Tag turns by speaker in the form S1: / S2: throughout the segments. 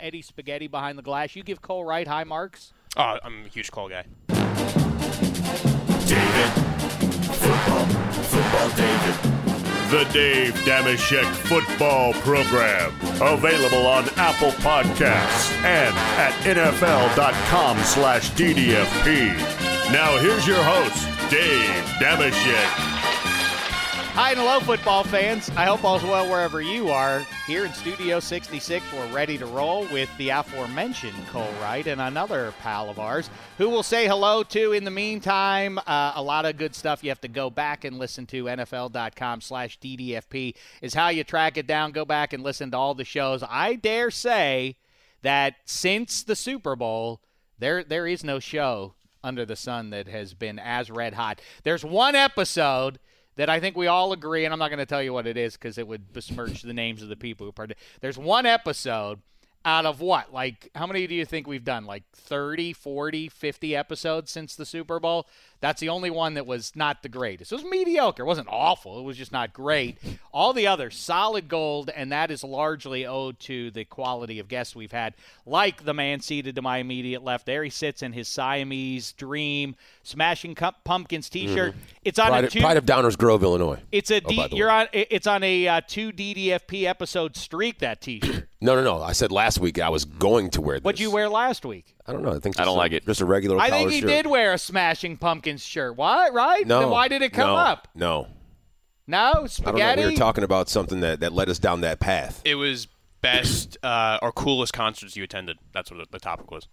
S1: Eddie Spaghetti behind the glass. You give Cole Wright high marks.
S2: Oh, I'm a huge Cole guy.
S3: David. Football. Football David. The Dave Damashek Football Program. Available on Apple Podcasts and at NFL.com slash DDFP. Now here's your host, Dave Damashek.
S1: Hi and hello, football fans. I hope all's well wherever you are. Here in Studio 66, we're ready to roll with the aforementioned Cole Wright and another pal of ours who we'll say hello to. In the meantime, uh, a lot of good stuff you have to go back and listen to. NFL.com slash DDFP is how you track it down. Go back and listen to all the shows. I dare say that since the Super Bowl, there there is no show under the sun that has been as red hot. There's one episode that I think we all agree, and I'm not going to tell you what it is because it would besmirch the names of the people who part. There's one episode out of what? Like, how many do you think we've done? Like 30, 40, 50 episodes since the Super Bowl? That's the only one that was not the greatest. It was mediocre. It wasn't awful. It was just not great. All the others, solid gold, and that is largely owed to the quality of guests we've had, like the man seated to my immediate left. There he sits in his Siamese dream, smashing Cup- pumpkins t shirt. It's on
S4: Mm-hmm. Pride
S1: a
S4: of,
S1: two-
S4: Pride of Downers Grove, Illinois.
S1: it's a
S4: Oh,
S1: D,
S4: by the
S1: you're
S4: way.
S1: on. i- It's on a uh, two DDFP episode streak. That T-shirt.
S4: No, no, no. I said last week I was going to wear this.
S1: What'd you wear last week?
S4: I don't know. I think
S5: I
S4: just
S5: don't
S4: a-
S5: like it.
S4: Just a regular.
S1: I think
S4: collar
S1: he
S4: shirt.
S1: did wear a Smashing Pumpkins shirt. What? Right?
S4: No.
S1: Then why did it come
S4: no,
S1: up?
S4: No.
S1: No
S4: I don't know.
S1: spaghetti.
S4: We were talking about something that, that led us down that path.
S2: It was best uh, or coolest concerts you attended. That's what the, the topic was.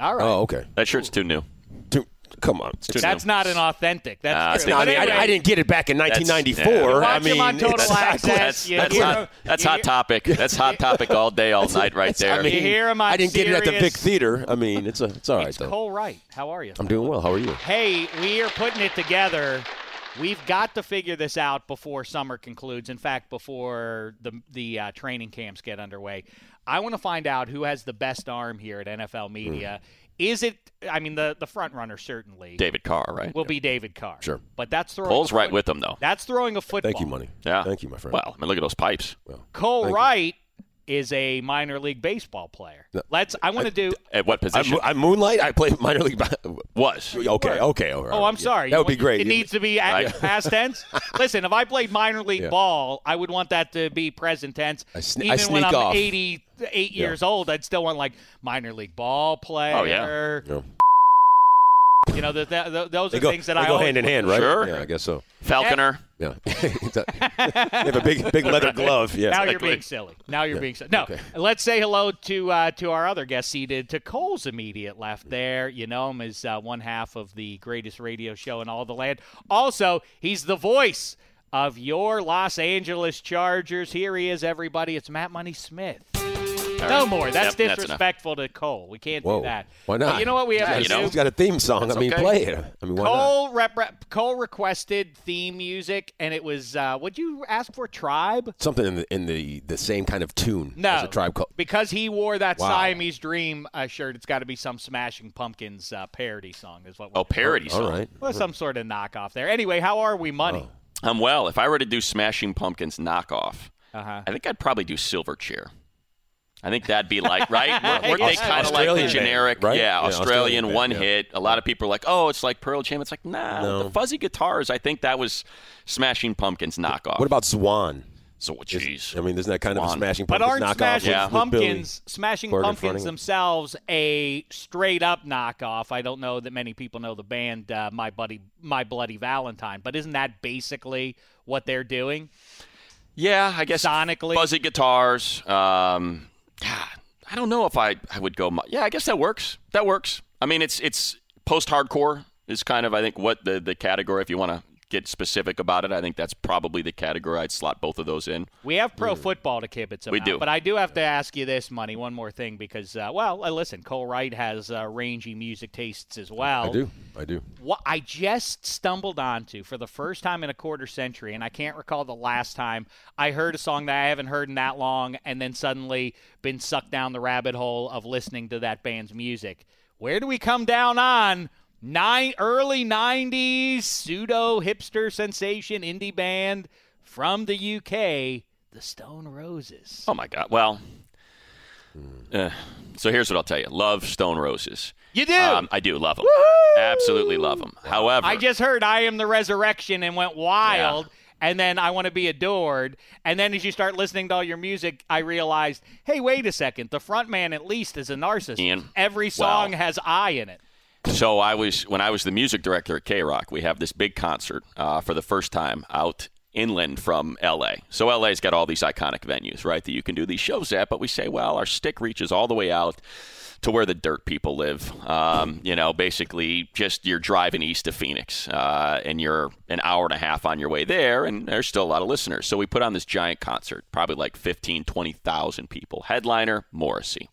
S1: All right.
S4: Oh, okay.
S5: That shirt's too new.
S4: Dude, come on. It's
S1: That's not an authentic. That's
S5: Ah,
S1: true.
S5: it's not-
S4: I
S1: But
S4: mean,
S1: anyway,
S4: I, I didn't get it back in
S5: That's-
S4: 1994.
S5: yeah.
S4: I
S1: Watch him
S4: mean,
S1: on Total
S4: it's-
S1: Access.
S5: That's
S1: you
S5: that's
S1: hear-
S5: hot. That's
S1: you
S5: hot
S1: hear-
S5: topic. That's hot topic all day, all night, right there.
S4: I mean,
S1: You hear him on
S4: I didn't get it at the
S1: Sirius.
S4: Vic Theater. I mean, it's a, it's all right
S1: It's
S4: though.
S1: Cole Wright. How are you?
S4: I'm doing well. How are you?
S1: hey, we are putting it together. We've got to figure this out before summer concludes. In fact, before the the uh, training camps get underway, I want to find out who has the best arm here at NFL
S4: Hmm.
S1: Media. Is it? I mean, the the front runner certainly
S5: David Carr, right?
S1: will be David Carr.
S4: Sure.
S1: but that's throwing.
S5: Cole's
S1: a
S5: right
S1: foot-
S5: with him though.
S1: That's throwing a football.
S4: Thank you, money.
S5: Yeah.
S4: Thank you, my friend.
S5: Well, I mean, look at those pipes.
S4: Well,
S1: Cole
S4: thank you.
S1: Wright is a minor league baseball player.
S4: No.
S1: Let's. I want to do.
S5: At what
S4: I,
S5: position?
S4: mo- I moonlight. I play minor league. ba-
S5: was.
S4: Okay, okay. all right.
S1: Oh, I'm
S4: Yeah.
S1: sorry.
S4: That
S1: You
S4: would be
S1: want-
S4: great.
S1: It needs to be a-
S5: Right.
S1: past tense. Listen, if I played minor league
S4: Yeah.
S1: ball, I would want that to be present tense.
S4: I sne- I
S1: Even when
S4: sneak
S1: I'm
S4: off.
S1: 88 years old, I'd still want like minor league ball player.
S4: Yeah.
S1: You know, the, the, the- those
S4: They
S1: are
S4: go,
S1: things that
S4: they
S1: I
S4: go
S1: always
S4: hand in hand, right?
S5: Sure.
S4: Yeah, I guess so.
S5: Falconer.
S4: Yeah. It's a- they have a big, big leather glove. Yeah.
S1: Now you're
S5: Exactly.
S1: being silly. Now you're being silly. No, let's say hello to uh, to our other guest seated to Cole's immediate left there. You know him as uh, one half of the greatest radio show in all the land. Also, he's the voice of your Los Angeles Chargers. Here he is, everybody. It's Matt Money Smith.
S5: All
S1: No
S5: right.
S1: more. That's
S5: Yep, enough.
S1: disrespectful to Cole. We can't
S4: Whoa.
S1: do that.
S4: Why
S1: But
S4: not?
S1: you know what we have
S5: Yeah,
S1: to
S5: you
S1: do?
S5: know.
S4: He's got a theme song. I mean,
S5: okay.
S4: play it. I mean, why not?
S1: Cole, rep, rep- Cole requested theme music, and it was uh, what'd you ask for? Tribe.
S4: Something in the, in the the same kind of tune
S1: No,
S4: as a tribe called.
S1: because he wore that
S4: Wow.
S1: Siamese Dream uh, shirt. It's got to be some Smashing Pumpkins uh, parody song. Is what? we're-
S5: Oh, parody song.
S4: All right.
S1: Well, some sort of knockoff there. Anyway, how are we, money?
S4: Oh,
S5: I'm well. If I were to do Smashing Pumpkins knockoff,
S1: Uh huh.
S5: I think I'd probably do Silver Chair. I think that'd be like right. Weren't weren't they
S1: Yeah.
S5: kind of like
S4: Australian band,
S5: the generic?
S4: right?
S5: Yeah,
S4: Yeah, Australian
S5: Australian
S4: band,
S5: one
S4: yeah.
S5: hit. A lot of people are like, "Oh, it's like Pearl Jam." It's like, nah, with
S4: No.
S5: the fuzzy guitars. I think that was Smashing Pumpkins knockoff.
S4: What about Swan?
S5: So,
S4: Is-
S5: jeez.
S4: I mean, isn't that kind of a
S5: Swan.
S4: smashing
S1: But
S4: pumpkins
S1: aren't
S4: knockoff
S1: Smashing
S4: with-
S5: Yeah.
S4: with
S1: Pumpkins Smashing
S4: Bergen
S1: Pumpkins
S4: fronting it.
S1: themselves a straight up knockoff? I don't know that many people know the band uh, My Buddy My Bloody Valentine, but isn't that basically what they're doing?
S5: Yeah, I guess
S1: Sonically?
S5: fuzzy guitars. Um, God, I don't know if I I would go. Mu- yeah, I guess that works. That works. I mean, it's it's post hardcore is kind of I think what the the category if you want to get specific about it, I think that's probably the category I'd slot both of those in.
S1: We have pro football to kibitz about.
S5: We do.
S1: But I do have to ask you this, Money, one more thing because, uh, well, uh, listen, Cole Wright has uh, rangy music tastes as well.
S4: I do. I do.
S1: What I just stumbled onto for the first time in a quarter century, and I can't recall the last time I heard a song that I haven't heard in that long and then suddenly been sucked down the rabbit hole of listening to that band's music. Where do we come down on? Nine early '90s pseudo hipster sensation indie band from the UK, the Stone Roses.
S5: Oh my God. Well,
S1: Hmm.
S5: uh, so here's what I'll tell you: Love Stone Roses.
S1: You do.
S5: Um, I do love them. Absolutely love them. However,
S1: I just heard I Am the Resurrection and went wild. And then I want to be adored. And then as you start listening to all your music, I realized, hey, wait a second. The front man at least is a narcissist.
S5: Ian,
S1: Every song
S5: wow.
S1: has I in it.
S5: So I was when I was the music director at K Rock. We have this big concert uh, for the first time out inland from LA. So LA's got all these iconic venues, right? That you can do these shows at. But we say, well, our stick reaches all the way out to where the dirt people live. Um, you know, basically, just you're driving east of Phoenix, uh, and you're an hour and a half on your way there, and there's still a lot of listeners. So we put on this giant concert, probably like 15, 20,000 people. Headliner Morrissey.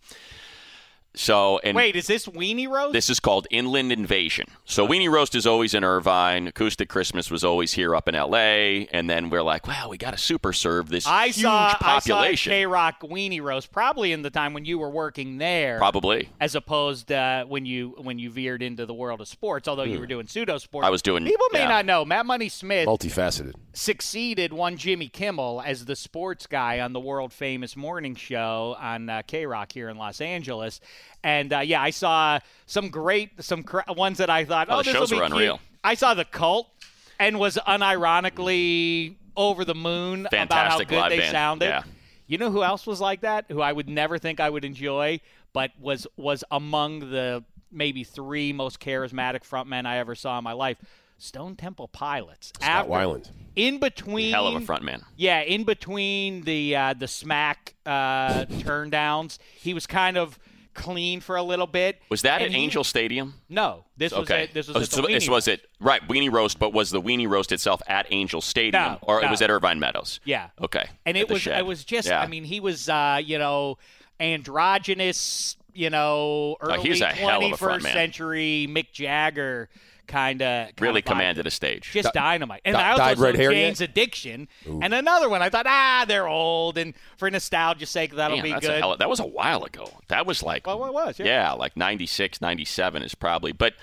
S5: So and
S1: Wait, is this Weenie Rose?
S5: this is called Inland Invasion. So Weenie Roast is always in Irvine. Acoustic Christmas was always here up in L.A. And then we're like, wow, we got to super serve this
S1: I
S5: huge
S1: saw
S5: population.
S1: I saw K Rock Weenie Roast probably in the time when you were working there.
S5: Probably.
S1: As opposed uh, when you when you veered into the world of sports, although you were doing pseudo sports,
S5: Hmm. I was doing-
S1: People may
S5: yeah.
S1: not know Matt Money Smith
S4: Multifaceted.
S1: succeeded one Jimmy Kimmel as the sports guy on the world famous morning show on uh, K Rock here in Los Angeles. And uh, yeah, I saw some great, some cr- ones that I thought, oh,
S5: Oh, the
S1: this will
S5: shows
S1: be
S5: were
S1: cute."
S5: unreal.
S1: I saw The Cult and was unironically over the moon
S5: Fantastic
S1: about how
S5: live
S1: good they
S5: band.
S1: sounded.
S5: Yeah.
S1: You know who else was like that? Who I would never think I would enjoy, but was was among the maybe three most charismatic frontmen I ever saw in my life. Stone Temple Pilots.
S4: Scott Weiland.
S1: In between
S5: Hell of a front man.
S1: Yeah, in between the uh, the smack uh, turndowns, he was kind of clean for a little bit.
S5: Was that at
S1: And he-
S5: Angel Stadium?
S1: No, this
S5: okay.
S1: was it. This was
S5: Oh,
S1: at the
S5: so this
S1: Weenie
S5: was it. Right, Weenie Roast, but was the Weenie Roast itself at Angel Stadium,
S1: No,
S5: or it
S1: no.
S5: was at Irvine Meadows?
S1: Yeah.
S5: Okay.
S1: and
S5: At
S1: it
S5: the
S1: was
S5: Shed.
S1: it was just
S5: Yeah.
S1: I mean he was uh, you know androgynous you know early
S5: he's a hell of a
S1: 21st
S5: front man.
S1: century Mick Jagger kind of
S5: really commanded a stage.
S1: just dynamite. And
S4: di-
S1: I also
S4: dyed red
S1: saw
S4: hair yet?
S1: Jane's Addiction, and another one. I thought, ah, they're old, and for nostalgia's sake, that'll
S5: Damn,
S1: be
S5: that's a
S1: good.
S5: hell of- that was a while ago. That was like
S1: Well, it was, yeah.
S5: like 96, 97 is probably. But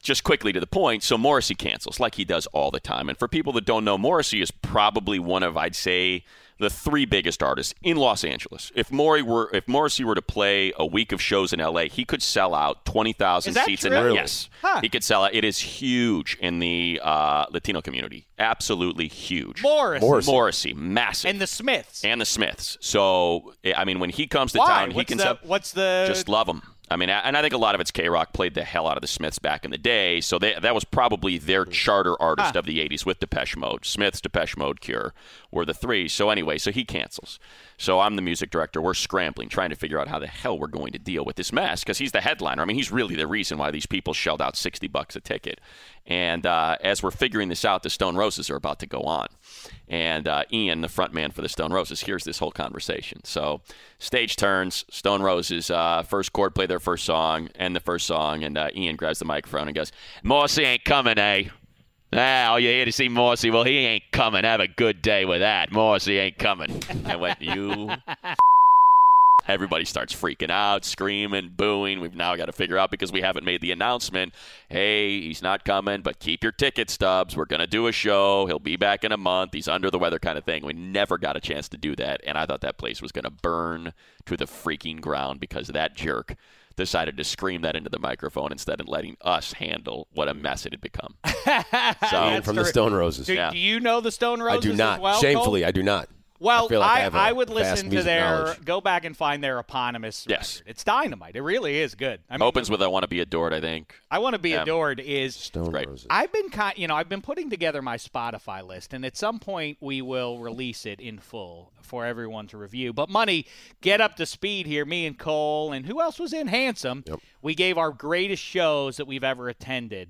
S5: just quickly to the point, so Morrissey cancels like he does all the time. And for people that don't know, Morrissey is probably one of I'd say the three biggest artists in Los Angeles. If Maury were if Morrissey were to play a week of shows in LA, he could sell out 20,000
S1: Is that
S5: seats
S1: true?
S5: in
S1: Really?
S5: yes.
S1: Huh.
S5: He could sell out. It is huge in the uh, Latino community. Absolutely huge.
S1: Morris,
S4: Morris.
S5: Morrissey, massive
S1: and the Smiths.
S5: and the Smiths. So I- I mean, when he comes to
S1: Why?
S5: town, he
S1: what's
S5: can
S1: the,
S5: sell-
S1: what's the
S5: just love him. I mean, and I think a lot of it's K Rock played the hell out of the Smiths back in the day, so they, that was probably their charter artist of the '80s with Depeche Mode. Smiths, Depeche Mode, Cure were the three. So anyway, so he cancels. So I'm the music director. We're scrambling, trying to figure out how the hell we're going to deal with this mess because he's the headliner. I mean, he's really the reason why these people shelled out 60 bucks a ticket. And uh, as we're figuring this out, the Stone Roses are about to go on. And uh, Ian, the front man for the Stone Roses, hears this whole conversation. So, stage turns, Stone Roses, uh, first chord play their first song, and the first song, and uh, Ian grabs the microphone and goes, Morrissey ain't coming, eh? Ah, Now you're here to see Morrissey. Well, he ain't coming. Have a good day with that. Morrissey ain't coming. I went, you. Everybody starts freaking out, screaming, booing. We've now got to figure out because we haven't made the announcement. Hey, he's not coming, but keep your ticket stubs. We're going to do a show. He'll be back in a month. He's under the weather kind of thing. We never got a chance to do that. And I thought that place was going to burn to the freaking ground because that jerk decided to scream that into the microphone instead of letting us handle what a mess it had become.
S4: Ian from the Stone Roses.
S1: do,
S5: yeah.
S1: do you know the Stone
S4: I
S1: Roses?
S4: do not.
S1: As well, Cole?
S4: Shamefully, I do not.
S1: Well,
S4: I feel like I
S1: I,
S4: have a
S1: I would
S4: vast
S1: listen to
S4: music
S1: their
S4: knowledge.
S1: go back and find their eponymous.
S5: Yes.
S1: record. it's dynamite. It really is good. I mean,
S5: Opens with I Want to Be Adored, I think.
S1: I want to be
S5: Yeah.
S1: adored is
S4: Stone
S5: Great.
S4: Roses.
S1: I've been kind, you know, I've been putting together my Spotify list, and at some point we will release it in full for everyone to review. But money, get up to speed here. Me and Cole, and who else was in Handsome? We gave our greatest shows that we've ever attended,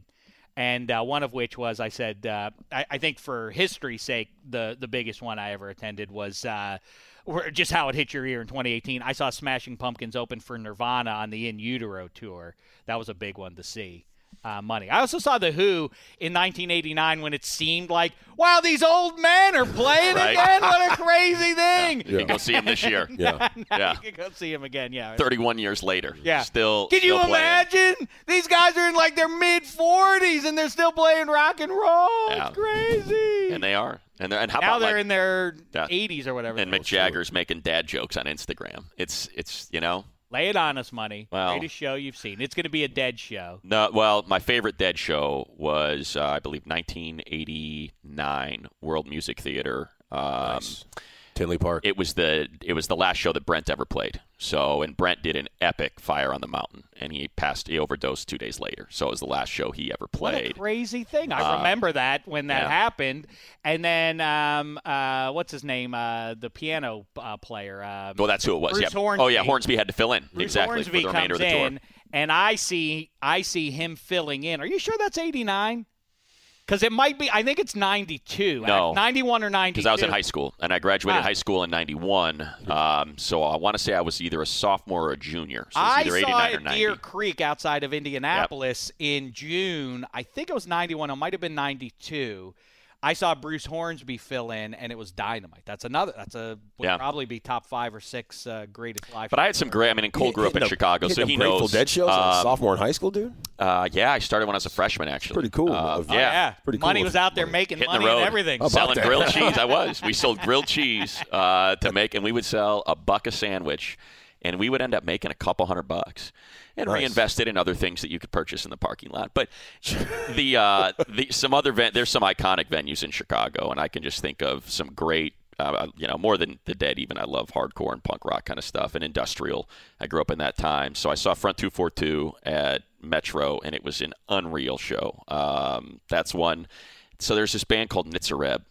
S1: and uh, one of which was I said uh, I, I think for history's sake the the biggest one I ever attended was uh, or just how it hit your ear in 2018. I saw Smashing Pumpkins open for Nirvana on the In Utero tour. That was a big one to see. Uh, money. I also saw the Who in 1989 when it seemed like wow these old men are playing
S5: Right.
S1: again. What a crazy thing!
S4: Yeah.
S5: You'll see him this year.
S4: Yeah.
S1: Now
S5: Yeah.
S1: you can go see him again. Yeah.
S5: 31 years later.
S1: Yeah.
S5: Still.
S1: Can you
S5: still playing.
S1: imagine? These guys are in like their mid 40s and they're still playing rock and roll.
S5: Yeah.
S1: It's crazy.
S5: And they are. And they're and how
S1: now
S5: about
S1: they're
S5: like,
S1: in their
S5: Yeah.
S1: 80s or whatever.
S5: and Mick Jagger's making dad jokes on Instagram. It's it's you know
S1: Lay it on us, money.
S5: Well.
S1: Greatest show you've seen. It's going to be a dead show.
S5: no well my favorite Dead show was uh, I believe 1989 World Music Theater. Um,
S4: Tinley Park.
S5: It was the it was the last show that Brent ever played. So and Brent did an epic Fire on the Mountain, and he passed he overdosed two days later. So it was the last show he ever
S1: What a
S5: played.
S1: crazy thing. I remember that when that
S5: Uh, yeah.
S1: happened. And then, um, uh, what's his name? Uh, the piano uh, player. Um,
S5: well, that's who it was.
S1: Bruce
S5: yeah. Oh
S1: Hornsby.
S5: yeah, Hornsby had to fill in
S1: Bruce
S5: exactly
S1: Hornsby
S5: for the remainder of
S1: comes
S5: the tour.
S1: in, and I see I see him filling in. Are you sure that's eighty nine? Because it might be. I think it's ninety two.
S5: No.
S1: ninety one or ninety two.
S5: because I was in high school and I graduated
S1: Ah.
S5: high school in '91. Um, so I want to say I was either a sophomore or a junior. So it was
S1: I
S5: either
S1: saw
S5: 89 or
S1: it at
S5: 90.
S1: Deer Creek outside of Indianapolis in June. I think it was ninety one. It might have been ninety two. I saw Bruce Hornsby fill in, and it was dynamite. That's another. That's a would
S5: Yeah.
S1: probably be top five or six uh, greatest live.
S5: But I had some great. I mean, and Cole grew up in
S4: Hitting the-
S5: Chicago,
S4: hitting
S5: so
S4: the
S5: he
S4: Grateful
S5: knows.
S4: Dead shows as a
S5: um,
S4: sophomore in high school, dude.
S5: uh, yeah, I started when I was a freshman. Actually,
S4: Pretty cool.
S5: Uh,
S4: Of-
S1: Oh,
S5: yeah,
S1: yeah,
S4: Pretty cool
S1: money
S4: if-
S1: was out there making
S5: hitting
S1: money
S5: the road,
S1: and everything.
S4: How about
S5: selling
S4: that?
S5: grilled cheese. I was. We sold grilled cheese uh, to make, and we would sell a buck a sandwich, and we would end up making a couple hundred bucks, and
S4: Nice.
S5: reinvest it in other things that you could purchase in the parking lot. But the uh, the some other ven- there's some iconic venues in Chicago, and I can just think of some great. Uh, you know, more than the dead, even I love hardcore and punk rock kind of stuff and industrial. I grew up in that time, so I saw Front 242 at Metro, and it was an unreal show. Um, that's one. So there's this band called Nitzareb,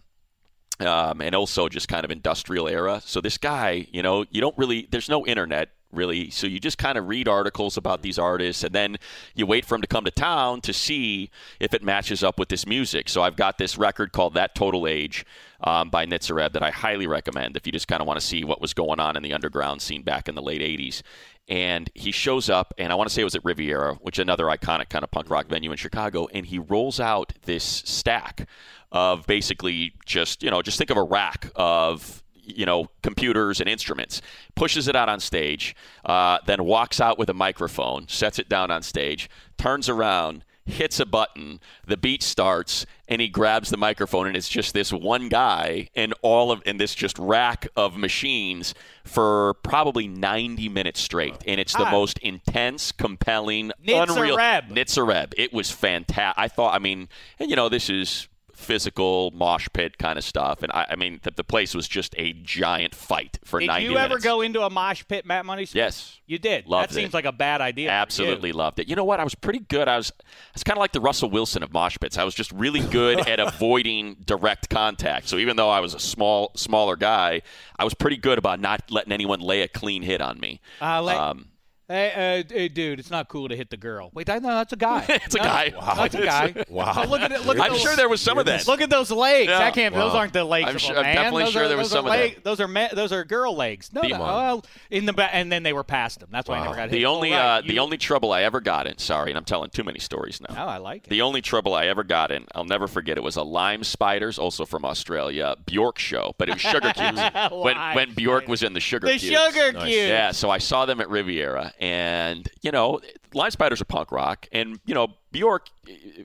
S5: um, and also just kind of industrial era. So this guy, you know, you don't really, there's no internet really. So you just kind of read articles about these artists, and then you wait for them to come to town to see if it matches up with this music. So I've got this record called That Total Age um, by Nitzareb that I highly recommend if you just kind of want to see what was going on in the underground scene back in the late 80s. And he shows up, and I want to say it was at Riviera, which is another iconic kind of punk rock venue in Chicago. And he rolls out this stack of basically just you know just think of a rack of you know computers and instruments pushes it out on stage uh, then walks out with a microphone sets it down on stage turns around hits a button the beat starts and he grabs the microphone and it's just this one guy and all of and this just rack of machines for probably 90 minutes straight and it's the
S1: Ah.
S5: most intense compelling unreal
S1: Nitzareb.
S5: Nitzareb. It was fantastic. I thought, I mean, and you know, this is physical mosh pit kind of stuff, and I, I mean, the, the place was just a giant fight for
S1: Did
S5: 90
S1: you ever
S5: minutes.
S1: go into a mosh pit, Matt Money? Smith?
S5: Yes.
S1: you did.
S5: Loved
S1: that
S5: it.
S1: seems like a bad idea. for you.
S5: Absolutely loved it. You know what? I was pretty good. I was, I was kind of like the Russell Wilson of mosh pits. I was just really good at avoiding direct contact. So even though I was a small, smaller guy, I was pretty good about not letting anyone lay a clean hit on me.
S1: Uh, let-
S5: um,
S1: Hey, uh, hey, dude, it's not cool to hit the girl. Wait, that, no, that's a guy.
S5: It's a guy. Wow.
S1: That's a guy.
S4: Wow.
S1: Oh, look at it. Look at
S5: I'm
S1: those,
S5: sure there was some of that.
S1: Look at those legs.
S5: Yeah.
S1: That can't. Those
S4: Wow.
S1: aren't the legs. of
S5: I'm
S1: a
S5: sure- I'm
S1: man.
S5: definitely
S1: Those
S5: sure
S1: are-
S5: there was
S1: those are
S5: some of that.
S1: leg- Those are men, those are girl legs. No,
S5: Beat
S1: no
S5: one.
S1: well, in the back, and then they were past them. That's why I never got hit.
S5: the
S1: Oh,
S5: only,
S1: right,
S5: uh,
S1: you-
S5: the only trouble I ever got in. Sorry, and I'm telling too many stories now.
S1: Oh, I like it.
S5: The only trouble I ever got in, I'll never forget, it was a Lime Spiders, also from Australia, Bjork show, but it was Sugar Cubes. when
S1: Lime
S5: when Bjork
S1: Spiders.
S5: was in the Sugar
S1: the
S5: Cubes.
S1: sugar cube.
S5: Yeah, so I saw them at Riviera, and, you know, Lime Spiders are punk rock, and, you know, Bjork,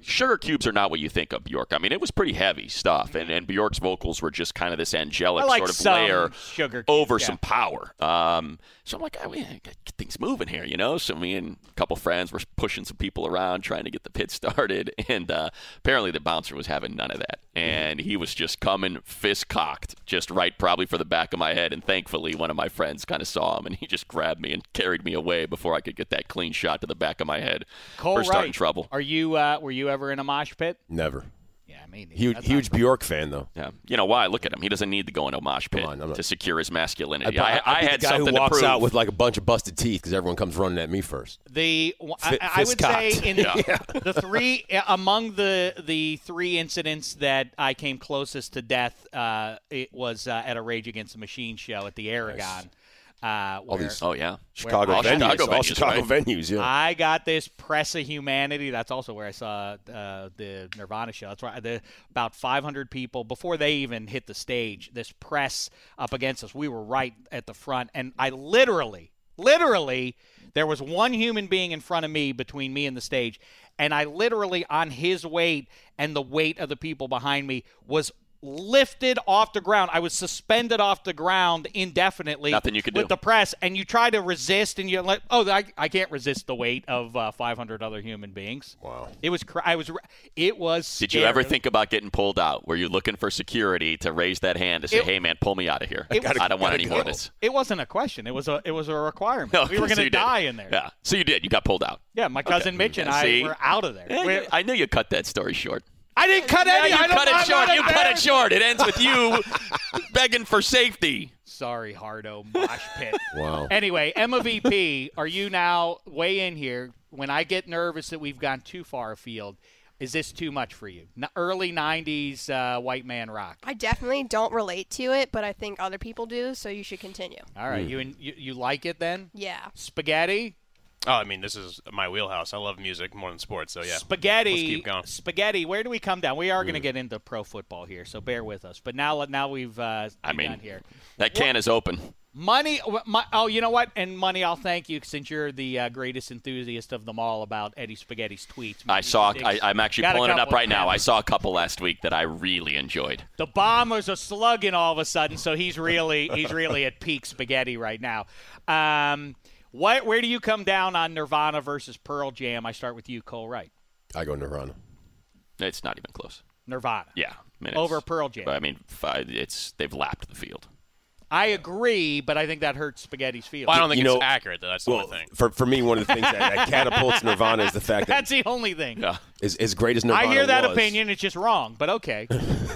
S5: Sugar Cubes are not what you think of Bjork. I mean, it was pretty heavy stuff, and, and Bjork's vocals were just kind of this angelic
S1: I like
S5: sort of
S1: some
S5: layer
S1: sugar cube,
S5: over
S1: yeah.
S5: some power. Um, so I'm like, I mean, I gotta get things moving here, you know. So me and a couple friends were pushing some people around trying to get the pit started, and uh, apparently the bouncer was having none of that,
S4: Mm-hmm.
S5: and he was just coming fist cocked, just right probably for the back of my head. And thankfully, one of my friends kind of saw him, and he just grabbed me and carried me away before I could get that clean shot to the back of my head
S1: Cole
S5: for starting
S1: Wright,
S5: trouble.
S1: Are you? Uh, were you ever in a mosh pit?
S4: Never.
S1: Yeah, I mean,
S4: Huge,
S1: that's not-
S4: huge Bjork fan though.
S5: Yeah. You know why? Look at him. He doesn't need to go into a mosh pit
S4: Come on, I'm not-
S5: to secure his
S4: I'd
S5: masculinity. I,
S4: be- I'd
S5: I
S4: be
S5: had
S4: the guy
S5: something
S4: who walks
S5: to prove.
S4: out with like a bunch of busted teeth because everyone comes running at me first.
S1: The w- I,
S4: Fi-
S1: I would say
S4: fist-cocked.
S1: in the three uh, among the the three incidents that I came closest to death, uh, it was uh, at a Rage Against the Machine show at the Aragon. Uh, where
S4: these-
S5: oh, yeah.
S4: Chicago
S5: all
S4: venues,
S5: Chicago
S4: all
S5: venues,
S4: Chicago venues. Yeah,
S1: I got this press of humanity. That's also where I saw uh, the Nirvana show. That's right. The, about 500 people before they even hit the stage. This press up against us. We were right at the front, and I literally, literally, there was one human being in front of me between me and the stage, and I literally on his weight and the weight of the people behind me was. Lifted off the ground, I was suspended off the ground indefinitely.
S5: Nothing you could
S1: with
S5: do.
S1: the press and you try to resist and you're like oh i, I can't resist the weight of uh, 500 other human beings wow it was cr- i was r- it was
S5: Did you
S1: scary.
S5: ever think about getting pulled out? Were you looking for security to raise that hand to say,
S1: It-
S5: "Hey, man, pull me out of here. I,
S1: It was-
S5: don't want
S4: gotta
S5: any more of
S4: go."
S5: this."
S1: it wasn't a question it was a it was a requirement
S5: No,
S1: we were going
S5: so
S1: to
S5: you did.
S1: die in there
S5: Yeah. So you did. You got pulled out.
S1: Yeah, my cousin Mitch and I
S5: See?
S1: were out of there
S5: Yeah,
S1: We-
S5: you- I knew you cut that story short.
S1: I didn't cut
S5: Yeah,
S1: any
S5: you
S1: I don't, I'm
S5: cut it
S1: not
S5: short. You cut it
S1: embarrassed.
S5: short. It ends with you begging for safety.
S1: sorry hardo mosh pit
S4: Wow.
S1: anyway emma vp are you now way in here when i get nervous that we've gone too far afield is this too much for you? N- early '90s uh, white man rock.
S6: I definitely don't relate to it, but I think other people do, so you should continue.
S1: All right,
S5: Hmm.
S1: you and you, you like it then?
S6: Yeah.
S1: Spaghetti,
S2: Oh, I mean, this is my wheelhouse. I love music more than sports, so yeah.
S1: spaghetti,
S2: Let's keep going.
S1: spaghetti. Where do we come down? We are going to get into pro football here, so bear with us. But now, now we've uh,
S5: I mean,
S1: done here.
S5: that can is open.
S1: Money, wh- my, oh, you know what? And money, I'll thank you since you're the uh, greatest enthusiast of them all about Eddie Spaghetti's tweets.
S5: I saw. I, I'm actually
S1: Got a
S5: pulling it up
S1: couple
S5: right now.
S1: of
S5: I saw a couple last week that I really enjoyed.
S1: the bombers are slugging all of a sudden, so he's really he's really at peak spaghetti right now. Um, what, where do you come down on Nirvana versus Pearl Jam? I start with you, Cole Wright.
S4: I go Nirvana.
S5: It's not even close.
S1: Nirvana.
S5: Yeah. I mean, it's-
S1: Over Pearl Jam.
S5: But I mean, fi- it's they've lapped the field.
S1: I agree, but I think that hurts Spaghetti's feelings.
S2: Well, I don't think
S4: You
S2: it's
S4: know-
S2: accurate, though. That's the
S4: Well,
S2: only thing.
S4: for for me, one of the things that, that catapults Nirvana is the fact that
S1: That's the only thing.
S5: Yeah.
S4: as, as great as Nirvana
S1: I hear that
S4: was-
S1: opinion. It's just wrong, but okay.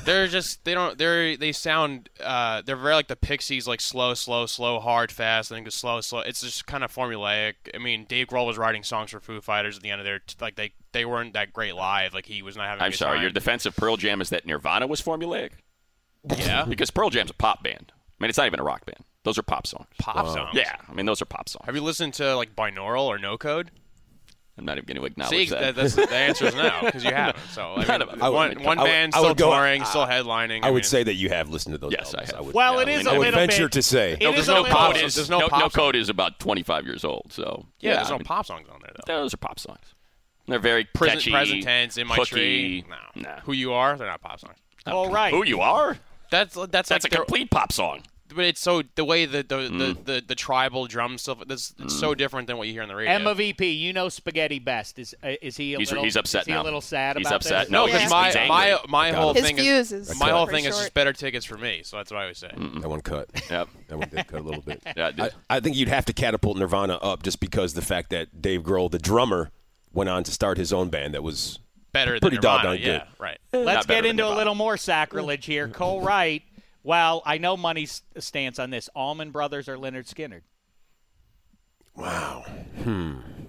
S2: They're just they don't they're they sound uh they're very like the Pixies like slow slow slow hard fast and then just slow slow it's just kind of formulaic. I mean Dave Grohl was writing songs for Foo Fighters at the end of their like they they weren't that great live like he was not having. a
S5: I'm
S2: good
S5: sorry.
S2: time.
S5: Your defense of Pearl Jam is that Nirvana was formulaic
S2: yeah
S5: because Pearl Jam's a pop band. I mean, it's not even a rock band. Those are pop songs.
S2: pop songs.
S5: Yeah. I mean, those are pop songs.
S2: Have you listened to like binaural or no code?
S5: I'm not even going to
S2: See,
S5: acknowledge
S2: that,
S5: that.
S2: that's, the answer is no because you haven't. So I mean,
S4: I would-
S2: one, one
S4: I would-
S2: band
S4: I would
S2: still
S4: go-
S2: touring,
S4: I-
S2: still headlining.
S4: I would
S2: mean,
S4: say that you have listened to those.
S5: Yes, I
S4: albums.
S5: have.
S4: would,
S1: Well,
S5: Yeah,
S1: it
S5: I
S1: is
S5: mean,
S1: a
S4: I would
S1: little
S4: venture
S1: bit.
S4: to say
S1: it is
S5: there's
S1: a
S5: no
S1: little
S5: code.
S1: bit-
S5: Is,
S2: There's no
S5: no,
S2: pop
S5: no
S2: song.
S5: code is about 25 years old. So
S2: yeah,
S5: yeah
S2: there's
S5: I
S2: no
S5: mean,
S2: pop songs on there though.
S5: Those are pop songs. They're very
S2: Present,
S5: catchy,
S2: present tense in my
S5: hooky.
S2: tree. No.
S5: Nah.
S2: Who you are? They're not pop songs.
S1: All right.
S5: Who you are?
S2: That's that's
S5: That's
S2: like
S5: a
S2: they're-
S5: complete pop song.
S2: But it's so the way the the,
S4: Mm.
S2: the, the, the tribal drum stuff. That's it's so different than what you hear on the radio.
S1: Emma VP, you know Spaghetti best. Is uh, is he a
S5: He's-
S1: little?
S5: he's upset
S1: is he
S5: now.
S1: a little sad
S5: He's
S1: about
S5: upset.
S1: This?
S5: No,
S6: Yeah.
S2: because my,
S5: He's angry.
S2: my my
S4: Got
S2: whole
S4: it.
S6: His
S2: thing is,
S6: fuse is
S2: my whole
S6: pretty
S2: thing is
S6: short.
S2: just better tickets for me. So that's what I always say.
S4: that one cut.
S5: Yep.
S4: That one did cut a little bit.
S5: Yeah, it did.
S4: I, I think you'd have to catapult Nirvana up just because the fact that Dave Grohl, the drummer, went on to start his own band that was
S2: Better
S4: Pretty
S2: than Nirvana.
S4: doggone good.
S2: Yeah, right.
S1: Let's get
S5: Not better than
S1: into a
S5: Nirvana.
S1: little more sacrilege here. Cole Wright. Well, I know money's stance on this. Allman Brothers or Leonard Skinner?
S4: wow. Hmm.
S1: I,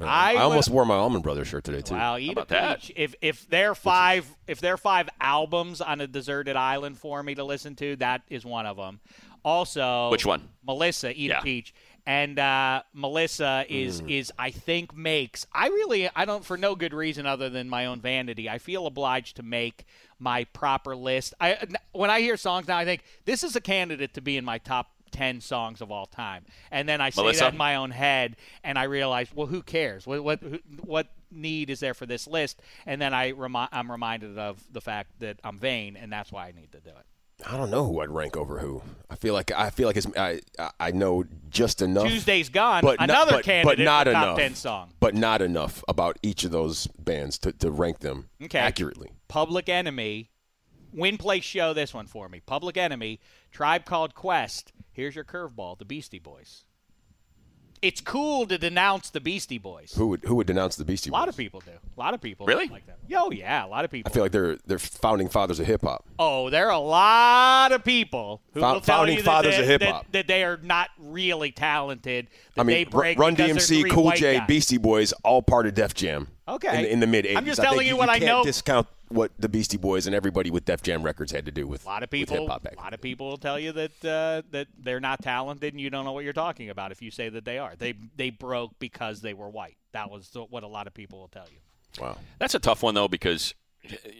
S4: I,
S1: would-
S4: almost wore my Almond Brothers shirt today too.
S1: Wow, eat a
S5: about that?
S1: peach. If if there are five if there are five albums on a deserted island for me to listen to, that is one of them. Also,
S5: Which one?
S1: Melissa, eat
S5: Yeah.
S1: a peach. And uh, Melissa is
S4: Mm.
S1: is I think makes I really I don't for no good reason other than my own vanity I feel obliged to make my proper list. I when I hear songs now I think this is a candidate to be in my top ten songs of all time. And then I say
S5: Melissa?
S1: that in my own head, and I realized, well, who cares? What what who- what need is there for this list? And then I remi- I'm reminded of the fact that I'm vain, and that's why I need to do it.
S4: I don't know who I'd rank over who. I feel like I feel like it's, I I- I know just enough.
S1: Tuesday's gone.
S4: but not-
S1: another
S4: but-
S1: candidate
S4: but not
S1: for top
S4: enough.
S1: ten song.
S4: but not enough about each of those bands to, to rank them
S1: Okay.
S4: accurately.
S1: Public Enemy. Win play show this one for me. Public Enemy, Tribe Called Quest. Here's your curveball, the Beastie Boys. it's cool to denounce the Beastie Boys.
S4: Who would who would denounce the Beastie
S1: A
S4: Boys?
S1: lot of people do. A lot of people
S5: Really?
S1: like that. Oh yeah, a lot of people.
S4: I feel like they're they're founding fathers of hip hop.
S1: oh, there are a lot of people who
S4: Fou-
S1: will tell
S4: founding
S1: you that
S4: fathers
S1: they-
S4: of
S1: that-
S4: hip-hop.
S1: That, they are not really talented. That
S4: I
S1: they
S4: mean, Ru-
S1: break
S4: Run
S1: because they're
S4: DMC,
S1: three
S4: Cool
S1: white
S4: J,
S1: guys.
S4: Beastie Boys, all part of Def Jam.
S1: Okay.
S4: In, in the mid '80s.
S1: I'm just
S4: I think
S1: telling you what I
S4: can't
S1: know.
S4: Discount what the Beastie Boys and everybody with Def Jam records had to do with
S1: A lot of
S4: with
S1: people,
S4: hip-hop
S1: a
S4: back
S1: lot of people will tell you that uh, that they're not talented, and you don't know what you're talking about if you say that they are. They they broke because they were white. That was the- what a lot of people will tell you.
S4: then. Wow.
S5: That's a tough one though because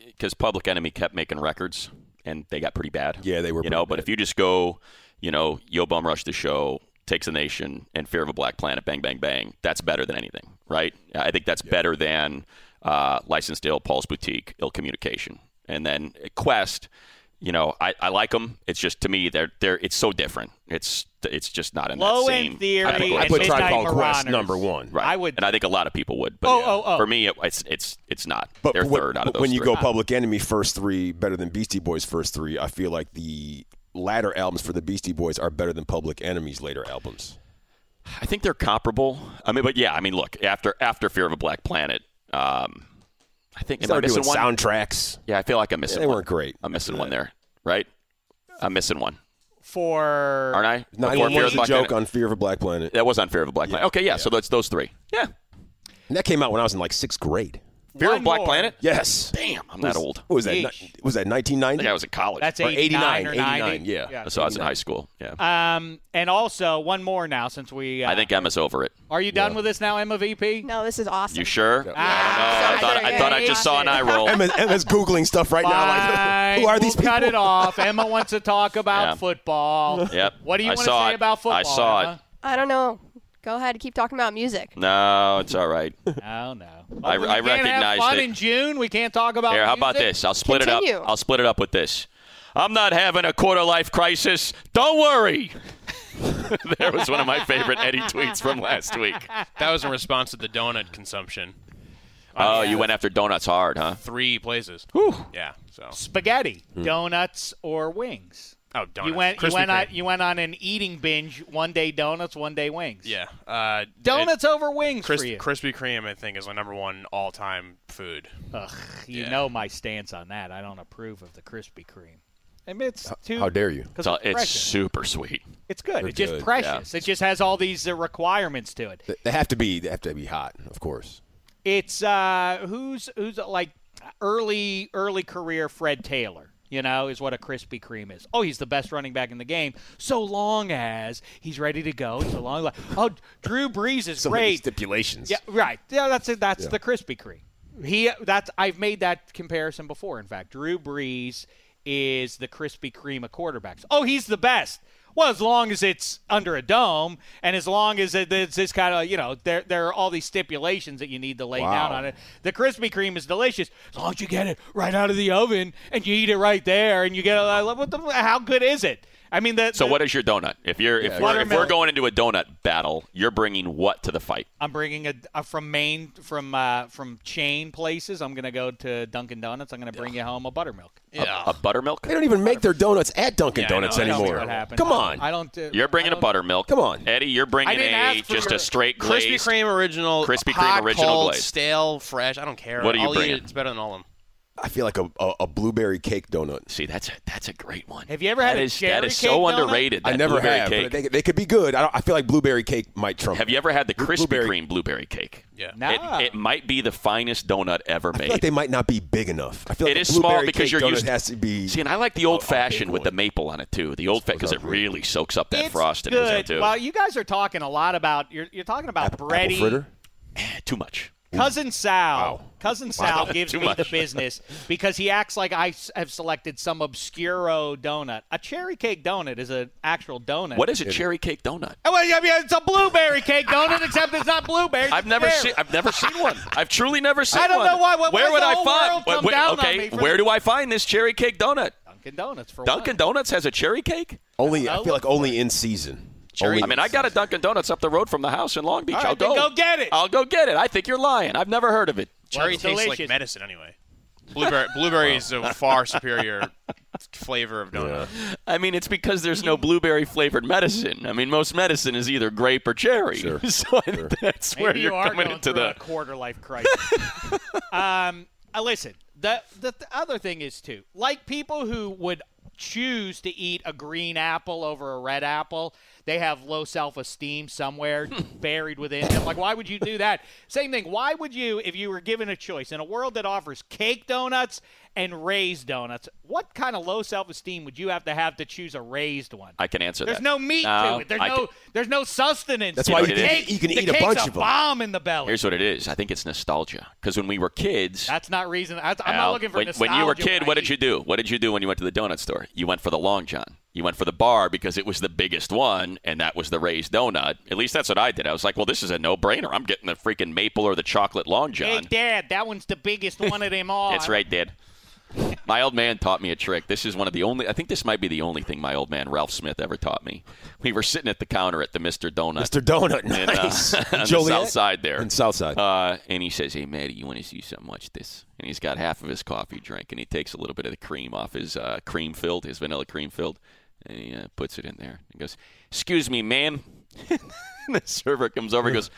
S5: because Public Enemy kept making records and they got pretty bad.
S4: Yeah, they were
S5: You know,
S4: pretty
S5: but
S4: bad.
S5: if you just go, you know, Yo Bum Rush the show, Takes the Nation, and Fear of a Black Planet, Bang Bang Bang, that's better than anything, right? I think that's better than uh, Licensed Ill, Paul's Boutique, Ill Communication, and then Quest. You know, I, I like them. It's just to me they're they're it's so different. It's it's just not in
S1: Low
S5: that same.
S1: End Theory
S5: I think-
S1: and
S4: I put
S1: Midnight
S4: Tribe Called Quest
S1: Marauders.
S4: number one.
S5: Right.
S1: I would-
S5: and I think a lot of people would. But
S1: Oh, oh, oh.
S5: for me, it, it's it's it's not.
S4: But
S5: They're
S4: when,
S5: third out
S4: but
S5: of those
S4: when you
S5: three.
S4: go Public Enemy first three better than Beastie Boys first three, I feel like the latter albums for the Beastie Boys are better than Public Enemy's later albums.
S5: I think they're comparable. I mean, but yeah, I mean, look after after Fear of a Black Planet, um, I think am I
S4: They're doing
S5: missing one?
S4: soundtracks.
S5: yeah, I feel like I'm missing.
S4: They
S5: one.
S4: weren't great.
S5: I'm missing one there, right? I'm missing one,
S1: For
S5: aren't I? Before
S4: Nine One
S5: Fear of
S4: was
S5: the
S4: a
S5: Black
S4: joke
S5: Planet.
S4: on Fear of a Black Planet.
S5: That was on Fear of a Black Planet. Okay, yeah. So that's those three. Yeah,
S4: And that came out when I was in like sixth grade.
S5: Fear
S1: One
S5: of a Black
S1: more.
S5: Planet.
S4: Yes.
S5: Damn, I'm that old.
S4: What was that?
S1: Yeesh.
S4: Ni- Was that
S5: I think I
S4: 1990?
S5: was in college.
S1: that's
S4: Or
S1: 89 or
S4: 89,
S1: 90.
S4: yeah.
S5: so I was in high school. Yeah,
S1: Um, and also one more now since we. Uh,
S5: I think Emma's over it.
S1: Are you done with this now, Emma VP?
S6: No, this is awesome.
S5: You sure?
S6: Ah,
S5: I don't know. I thought I, thought I just saw an eye roll.
S4: Emma, Emma's googling stuff right now. Like,
S1: Fine.
S4: who are these
S1: we'll
S4: people?
S1: Cut it off. Emma wants to talk about
S5: Yeah.
S1: football.
S5: Yep.
S1: What do you
S5: I
S1: want to
S5: saw
S1: say
S5: it.
S1: about football?
S5: I saw
S1: Emma?
S6: I don't know. Go ahead. Keep talking about music.
S5: No, it's all right.
S1: Oh no!
S5: I-
S1: we
S5: I
S1: can't have
S5: recognize
S1: fun
S5: that-
S1: in June. We can't talk about.
S5: Here, how about
S1: music?
S5: this? I'll split it
S6: Continue.
S5: up. I'll split it up with this. I'm not having a quarter life crisis. Don't worry. there was one of my favorite Eddie tweets from last week.
S2: That was in response to the donut consumption.
S5: Oh, you went after donuts hard, huh?
S2: Three places. Yeah. So.
S1: Spaghetti, donuts, or wings.
S2: Hmm. Oh, donuts.
S1: You went.
S2: Krispy
S1: You went
S2: Kreme.
S1: on. You went on an eating binge. One day donuts, one day wings.
S2: Yeah. Uh,
S1: Donuts over wings
S2: Kris-
S1: for you.
S2: Krispy Kreme, I think, is my number one all-time food.
S1: Ugh, you
S2: Yeah.
S1: know my stance on that. I don't approve of the Krispy Kreme. I mean, it's too.
S4: How dare you?
S1: Because
S5: So
S1: it's,
S5: it's
S1: precious.
S5: super sweet.
S1: It's good.
S4: They're
S1: It's just
S4: good,
S1: precious. It just has all these uh, requirements to it.
S4: They- They have to be. They have to be hot, of course.
S1: It's uh, who's who's uh, like early early career Fred Taylor. You know, is what a Krispy Kreme is. Oh, he's the best running back in the game, so long as he's ready to go. So long, as, oh, Drew Brees is
S4: So many
S1: great.
S4: stipulations.
S1: Yeah, right. Yeah, that's it. That's the Krispy Kreme. He that's I've made that comparison before. In fact, Drew Brees is the Krispy Kreme of quarterbacks. Oh, he's the best. Well, as long as it's under a dome, and as long as it, it's this kind of you know there there are all these stipulations that you need to lay down on it. The Krispy Kreme is delicious as long as you get it right out of the oven and you eat it right there, and you get a what the how good is it? I mean, the,
S5: So
S1: the-
S5: what is your donut? If you're if, we're, if we're
S1: Watermelon.
S5: going into a donut battle, you're bringing what to the fight?
S1: I'm bringing a, a from Maine from uh, from chain places. I'm gonna go to Dunkin' Donuts. I'm gonna bring you home a buttermilk.
S2: Yeah.
S5: A buttermilk?
S4: They don't even make their donuts at Dunkin'
S2: Yeah, I know. I
S4: Donuts
S1: Tell me
S4: anymore.
S1: what happened.
S4: Come on.
S1: I don't. uh, do-
S5: You're bringing
S1: I
S5: a
S1: don't-
S5: buttermilk.
S4: Come on.
S5: Eddie. You're
S1: I
S5: bringing
S1: didn't
S5: a
S1: ask for
S5: just
S1: your-
S5: a straight
S2: Krispy
S5: glazed.
S2: Kreme original,
S5: Krispy Kreme
S2: hot,
S5: original
S2: cold,
S5: glazed.
S2: stale, fresh. I don't care.
S5: What are you
S2: I'll eat
S5: bringing?
S2: it. It's better than all of them.
S4: I feel like a, a, a blueberry cake donut.
S5: See, that's a that's a great one.
S1: Have you ever had
S5: That
S1: a
S5: is- that
S1: cherry
S5: is
S1: cake
S5: so
S1: donut?
S5: underrated.
S4: I
S5: that
S4: never
S5: blueberry
S4: have.
S5: cake.
S4: But they, they could be good. I, don't, I feel like blueberry cake might trump.
S5: Have you ever had the Krispy
S4: Blueberry-
S5: Kreme blueberry cake?
S2: Yeah.
S1: Nah.
S5: It, it might be the finest donut ever
S4: I
S5: made.
S4: feel like they might not be big enough. I feel like
S5: It
S4: a
S5: is small
S4: blueberry
S5: because
S4: cake
S5: you're
S4: donut
S5: used to-
S4: has to be.
S5: See, and I like the old fashioned with
S4: one.
S5: the maple on it too. The old fashioned because it really soaks up that
S1: It's
S5: frost and everything
S1: good.
S5: too.
S1: Well, you guys are talking a lot about you're you're talking about
S4: apple
S1: bready.
S4: fritter.
S5: Eh, too much.
S1: Cousin Sal. Cousin Sal gives
S5: Too
S1: me the
S5: much.
S1: business because he acts like I s- have selected some obscuro donut. A cherry cake donut is an actual donut.
S5: What is a cherry cake donut?
S1: Oh, Well, yeah, yeah, it's a blueberry cake donut, except it's not blueberry.
S5: I've never seen. I've never seen one. I've truly never seen
S1: don't
S5: one.
S1: know why- why-
S5: where
S1: why
S5: would
S1: the
S5: I
S1: whole
S5: find?
S1: world come
S5: wait,
S1: down on me
S5: okay,
S1: for
S5: where
S1: this?
S5: do I find this cherry cake donut?
S1: Dunkin' Donuts for
S5: Dunkin'
S1: one.
S5: Donuts has a cherry cake.
S4: Only. I
S1: know.
S4: feel like only in season. Only
S5: I mean,
S4: in
S5: I got a Dunkin' Donuts up the road from the house in Long Beach.
S1: All right,
S5: I'll
S1: then
S5: go.
S1: go get it.
S5: I'll go get it. I think you're lying. I've never heard of it.
S1: Well,
S2: Cherry
S1: it's
S2: tastes
S1: delicious.
S2: like medicine anyway. Blueberry blueberry is a far superior flavor of donut. Uh,
S5: I mean, it's because there's no blueberry flavored medicine. I mean, most medicine is either grape or cherry.
S4: Sure.
S5: so I think that's where
S1: Maybe
S5: you're
S1: you are
S5: coming
S1: going
S5: into
S1: through
S5: the.
S1: a quarter life crisis. um, uh, listen, the, the the other thing is too, like people who would choose to eat a green apple over a red apple, they have low self esteem somewhere buried within them. Like, why would you do that? Same thing. Why would you, if you were given a choice in a world that offers cake donuts and raised donuts, what kind of low self esteem would you have to have to choose a raised one?
S5: I can answer
S1: There's
S5: that.
S1: no meat
S5: No,
S1: to it. There's
S5: I
S1: no
S5: can-
S1: there's no sustenance.
S4: That's
S1: to
S4: why
S1: it.
S4: you
S1: The
S4: can-
S1: cake-
S4: you can
S1: the
S4: eat a
S1: cake's
S4: bunch
S1: a
S4: of 'em.
S1: bomb in the belly.
S5: Here's what it is. I think it's nostalgia. Because when we were kids,
S1: That's not reason. That's, I'm
S5: Al,
S1: not looking for
S5: when, when you were a
S1: nostalgia
S5: kid,
S1: I
S5: what did you
S1: eat.
S5: do? What did you do when you went to the donut store? You went for the long john. You went for the bar because it was the biggest one, and that was the raised donut. At least that's what I did. I was like, well, this is a no-brainer. I'm getting the freaking maple or the chocolate long
S1: Hey,
S5: john.
S1: Dad, that one's the biggest one of them all.
S5: That's right, Dad. My old man taught me a trick. This is one of the only. I think this might be the only thing my old man Ralph Smith ever taught me. We were sitting at the counter at the Mister Donut.
S4: Mr. Donut,
S5: in, uh,
S4: nice.
S5: on the
S4: Joliet?
S5: south side there.
S4: In south side.
S5: Uh, and he says, "Hey, Maddie, you want to see something? Watch this." And he's got half of his coffee drink, and he takes a little bit of the cream off his uh, cream filled, his vanilla cream filled, and he uh, puts it in there. He goes, "Excuse me, ma'am." and the server comes over and goes,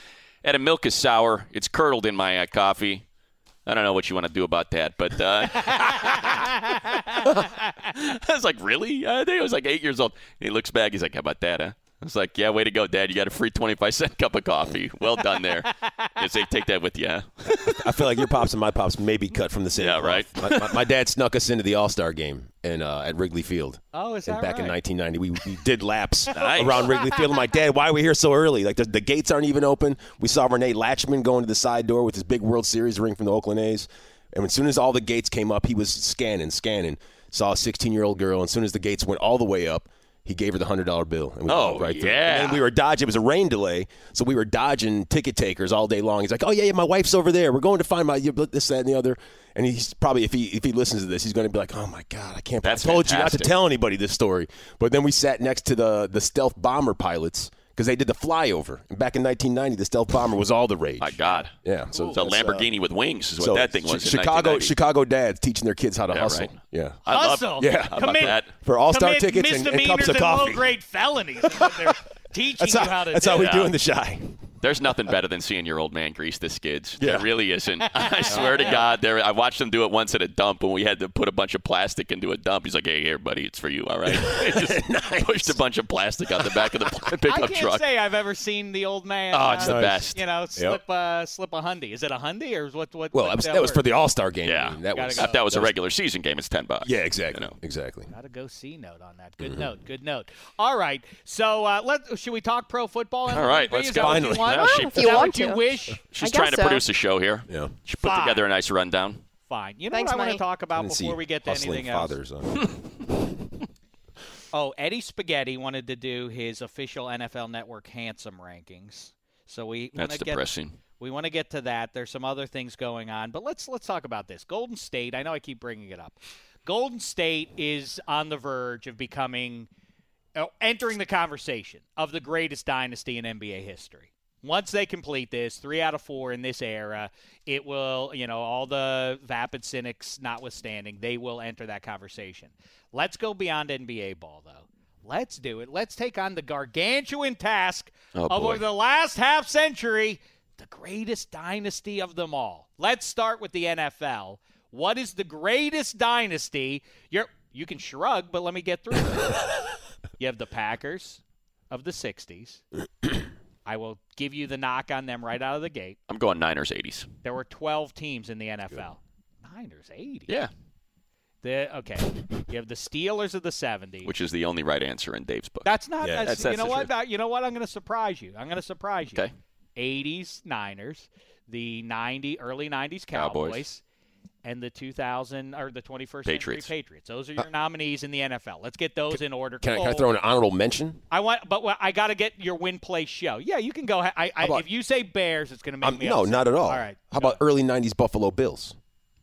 S5: "That a milk is sour. It's curdled in my uh, coffee." I don't know what you want to do about that, but uh, I was like, really? Uh, I think I was like eight years old. And he looks back. He's like, how about that, huh? I was like, yeah, way to go, Dad. You got a free 25 cent cup of coffee. Well done there. They say, take that with you. huh?
S4: I feel like your pops and my pops may be cut from the same.
S5: Yeah,
S4: cloth.
S5: right.
S4: My, my, my dad snuck us into the All Star game and uh, at Wrigley Field.
S1: Oh, is
S4: and
S1: that
S4: back in
S1: right?
S4: 1990, we, we did laps
S5: Nice.
S4: around Wrigley Field. I'm like, Dad, why are we here so early? Like the, the gates aren't even open. We saw Renee Latchman going to the side door with his big World Series ring from the Oakland A's. And as soon as all the gates came up, he was scanning, scanning. Saw a 16 year old girl. And as soon as the gates went all the way up. He gave her the hundred dollar bill, and we
S5: Oh,
S4: walked right through.
S5: yeah.
S4: And then we were dodging. It was a rain delay, so we were dodging ticket takers all day long. He's like, "Oh yeah, yeah, my wife's over there. We're going to find my this, that, and the other." And he's probably if he if he listens to this, he's going to be like, "Oh my god, I can't."
S5: That's
S4: I told you not
S5: fantastic.
S4: to tell anybody this story. But then we sat next to the the stealth bomber pilots because they did the flyover. And back in 1990, the stealth bomber was all the rage.
S5: My God.
S4: Yeah, so
S5: It's a
S4: that's, uh,
S5: Lamborghini with wings is what
S4: so
S5: that thing was.
S4: Chi-
S5: in
S4: Chicago
S5: 1990.
S4: Chicago dads teaching their kids how to
S5: Yeah,
S4: hustle.
S5: right.
S4: Yeah.
S5: I love-
S1: Hustle.
S4: Yeah.
S5: How about
S1: Commit-
S5: that?
S4: For all-star
S1: commit
S4: tickets and- and cups of
S1: misdemeanors
S4: coffee.
S1: low grade felonies. is what they're teaching
S4: That's how,
S1: you how to
S4: that's
S1: do
S4: how we
S1: it.
S4: do in the shy.
S5: There's nothing better than seeing your old man grease the skids.
S4: Yeah.
S5: There really isn't. I swear to God, there. I watched him do it once at a dump when we had to put a bunch of plastic into a dump. He's like, "Hey, here, buddy, it's for you. All right." He just pushed a bunch of plastic out the back of the pl-
S1: I
S5: pickup
S1: can't
S5: truck.
S1: say I've ever seen the old man.
S5: Oh, it's the
S1: uh,
S5: best.
S1: You know, slip uh, slip a hundy. Is it a hundy or is what? What?
S4: Well,
S1: what
S4: that was, that was for
S1: word?
S4: the All Star game.
S5: Yeah.
S4: I mean, that
S1: Gotta
S4: was
S1: go.
S5: If that was a regular season game, it's ten bucks.
S4: yeah, exactly,
S5: You know.
S4: exactly.
S1: Got to go C note on that. Good note. Good note. All right. So uh, let should we talk pro football?
S5: All right,
S1: MVP?
S5: let's
S1: Is that what
S4: finally.
S1: You want?
S5: Now she-
S1: Is
S5: If
S6: you
S1: that
S6: want
S1: what you
S6: to.
S1: wish.
S5: She's
S6: guess
S5: trying to
S6: so.
S5: produce a show here.
S4: Yeah,
S5: She put
S1: Fine.
S5: together a nice rundown.
S1: Fine. You know
S6: Thanks,
S1: what I want to
S6: Mike.
S1: talk
S4: I
S1: about
S4: didn't see
S1: before we get to
S4: hustling
S1: anything else.
S4: fathers on-
S1: Oh, Eddie Spaghetti wanted to do his official NFL Network handsome rankings. So we want
S5: That's
S1: to get
S5: depressing.
S1: we want to get to that. There's some other things going on, but let's let's talk about this. Golden State, I know I keep bringing it up. Golden State is on the verge of becoming uh, entering the conversation of the greatest dynasty in NBA history. Once they complete this, three out of four in this era, it will, you know, all the vapid cynics notwithstanding, they will enter that conversation. Let's go beyond NBA ball, though. Let's do it. Let's take on the gargantuan task
S5: Oh,
S1: of
S5: boy.
S1: over the last half century, the greatest dynasty of them all. Let's start with the NFL. What is the greatest dynasty? You're, you can shrug, but let me get through it. You have the Packers of the 60s. I will give you the knock on them right out of the gate.
S5: I'm going Niners 80s.
S1: There were 12 teams in the NFL. Niners, 80.
S5: Yeah,
S1: The, okay. You have the Steelers of the 70s.
S5: which is the only right answer in Dave's book.
S1: that's not,
S4: Yeah,
S1: that's-
S5: that's- that's
S1: you know
S5: the
S1: what?
S5: truth.
S1: That- you know what? I'm going to surprise you. I'm going to surprise you.
S5: Okay.
S1: 80s Niners, the 90 early 90s
S5: Cowboys.
S1: Cowboys, and the 2000 or the 21st
S5: Patriots. Uh,
S1: century Patriots. Those are your nominees in the NFL. Let's get those in order.
S4: Can I, can I
S1: Oh,
S4: throw in an honorable mention?
S1: I want, but what- I got to get your win play show. Yeah, you can go. ahead. I, I,
S4: about-
S1: if you say Bears, it's going to make
S4: Um,
S1: me
S4: no,
S1: upset.
S4: not at all.
S1: All right.
S4: How about early '90s Buffalo Bills?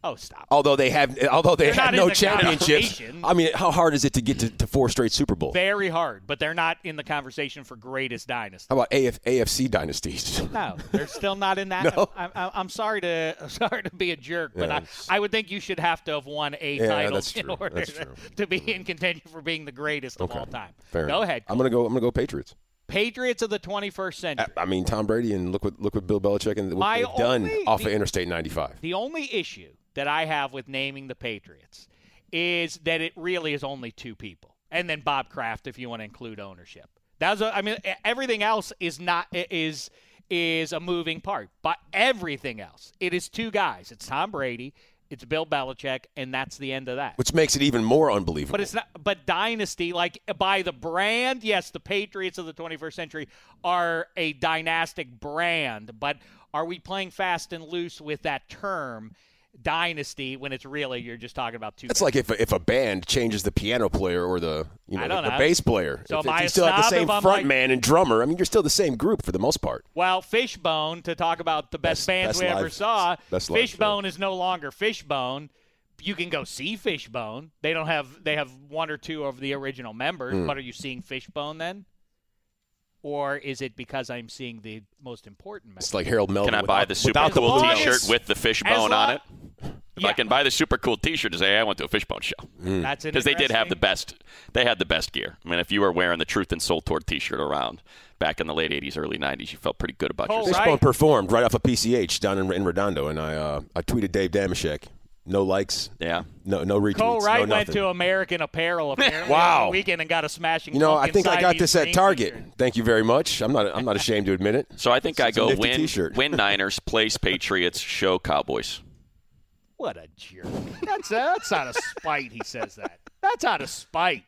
S1: Oh, stop.
S4: Although they have, although they
S1: They're
S4: have
S1: not
S4: no
S1: in the
S4: championships.
S1: conversation.
S4: I mean, how hard is it to get to, to four straight Super Bowl?
S1: Very hard, but they're not in the conversation for greatest dynasty.
S4: How about AF, AFC dynasties?
S1: No, they're still not in that. I'm, I'm, I'm sorry to I'm sorry to be a jerk, but I,
S4: Yes.
S1: I would think you should have to have won a
S4: Yeah,
S1: title
S4: that's
S1: in
S4: true.
S1: order
S4: That's true.
S1: to be in contention for being the greatest of all time. go
S4: Fair enough.
S1: ahead.
S4: I'm gonna go. I'm gonna go Patriots.
S1: Patriots of the 21st
S4: I,
S1: century.
S4: I mean, Tom Brady and look what look what Bill Belichick and what
S1: My
S4: they've done
S1: only-
S4: off
S1: the-
S4: of Interstate 95.
S1: The only issue that I have with naming the Patriots is that it really is only two people, and then Bob Kraft, if you want to include ownership. That's a, I mean, e- everything else is not i- is is a moving part, but everything else it is two guys. It's Tom Brady, it's Bill Belichick, and that's the end of that.
S4: Which makes it even more unbelievable.
S1: But it's not. But dynasty, like by the brand, yes, the Patriots of the 21st century are a dynastic brand. But are we playing fast and loose with that term, dynasty, when it's really you're just talking about two?
S4: That's like if a, if a band changes the piano player or the you know,
S1: I don't
S4: the
S1: know.
S4: bass player.
S1: So
S4: if,
S1: am
S4: if
S1: I
S4: you
S1: a
S4: still have the
S1: snob
S4: same
S1: if I'm
S4: front
S1: like-
S4: man and drummer, I mean, you're still the same group for the most part.
S1: Well, Fishbone to talk about the best,
S4: Best-
S1: bands
S4: best
S1: we ever
S4: live-
S1: saw.
S4: best live show.
S1: Fishbone is no longer Fishbone. You can go see Fishbone. They don't have they have one or two of the original members,
S4: Hmm.
S1: but are you seeing Fishbone then? Or is it because I'm seeing the most important member?
S4: It's like Harold Melvin.
S5: Can I buy
S4: without-
S5: the super
S4: without the
S5: cool
S1: long
S4: blues.
S1: as-
S5: T-shirt with the fishbone
S1: lo-
S5: on it? If
S1: Yeah.
S5: I can buy the super cool T-shirt and say hey, I went to a fishbone show
S4: Mm.
S1: That's
S5: because they did have the
S1: interesting-
S5: best. They had the best gear. I mean, if you were wearing the Truth and Soul Tour T-shirt around back in the late '80s, early '90s, you felt pretty good about
S1: Cool.
S5: yourself.
S4: Fishbone
S1: Right.
S4: performed right off of PCH down in, in Redondo, and I uh, I tweeted Dave Damashek. No likes.
S5: Yeah.
S4: No no retweets.
S1: Cole Wright
S4: no
S1: went
S4: nothing.
S1: to American Apparel apparently
S4: Wow.
S1: over the weekend and got a smashing.
S4: You know, I
S1: look
S4: think I
S1: inside
S4: got
S1: these
S4: this at
S1: green
S4: Target.
S1: t-shirts.
S4: Thank you very much. I'm not I'm not ashamed to admit it.
S5: So I think I
S4: It's a
S5: go
S4: nifty
S5: win,
S4: t-shirt.
S5: win Niners, place Patriots, show Cowboys.
S1: What a jerk! That's that's out of spite. He says that. That's out of spite.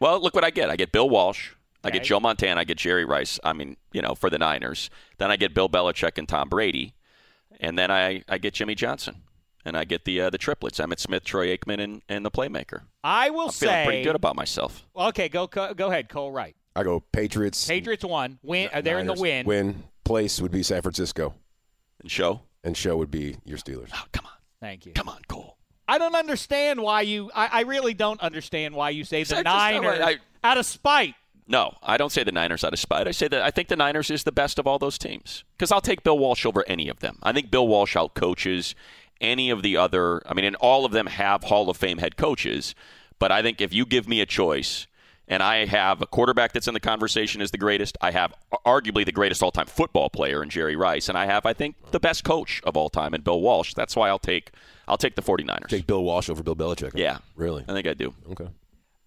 S5: Well, look what I get. I get Bill Walsh. I get
S1: Okay.
S5: Joe Montana. I get Jerry Rice. I mean, you know, for the Niners. Then I get Bill Belichick and Tom Brady, and then I, I get Jimmy Johnson, and I get the uh, the triplets: Emmett Smith, Troy Aikman, and, and the playmaker.
S1: I will
S5: I'm feeling
S1: say
S5: pretty good about myself.
S1: Okay, go co- go ahead, Cole Wright.
S4: I go Patriots.
S1: Patriots won. Win. Uh, they're in the
S4: Niners.
S1: win.
S4: Win place would be San Francisco,
S5: And show.
S4: and show would be your Steelers.
S5: Oh, come on,
S1: Thank you.
S5: come on, Cole.
S1: I don't understand why you. I, I really don't understand why you say
S5: I
S1: the
S5: just-
S1: Niners
S5: I- I-
S1: out of spite.
S5: No, I don't say the Niners out of spite. I say that I think the Niners is the best of all those teams because I'll take Bill Walsh over any of them. I think Bill Walsh out coaches any of the other. I mean, and all of them have Hall of Fame head coaches. But I think if you give me a choice, and I have a quarterback that's in the conversation as the greatest, I have arguably the greatest all-time football player in Jerry Rice, and I have I think the best coach of all time in Bill Walsh. That's why I'll take I'll take the 49ers.
S4: Take Bill Walsh over Bill Belichick.
S5: yeah,
S4: Really?
S5: I think I do.
S4: Okay.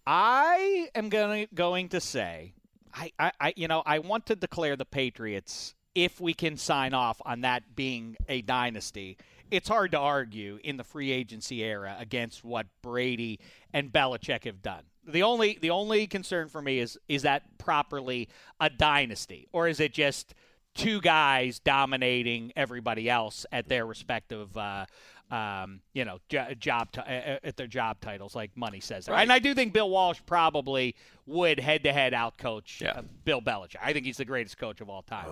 S1: I am going going to say, I, I, I, you know, I want to declare the Patriots if we can sign off on that being a dynasty. It's hard to argue in the free agency era against what Brady and Belichick have done. The only the only concern for me is is that properly a dynasty or is it just two guys dominating everybody else at their respective uh, um, you know jo- job ti- uh, at their job titles like money says there. and i do think bill walsh probably would head-to-head outcoach
S5: Yeah.
S1: uh, bill belichick i think he's the greatest coach of all time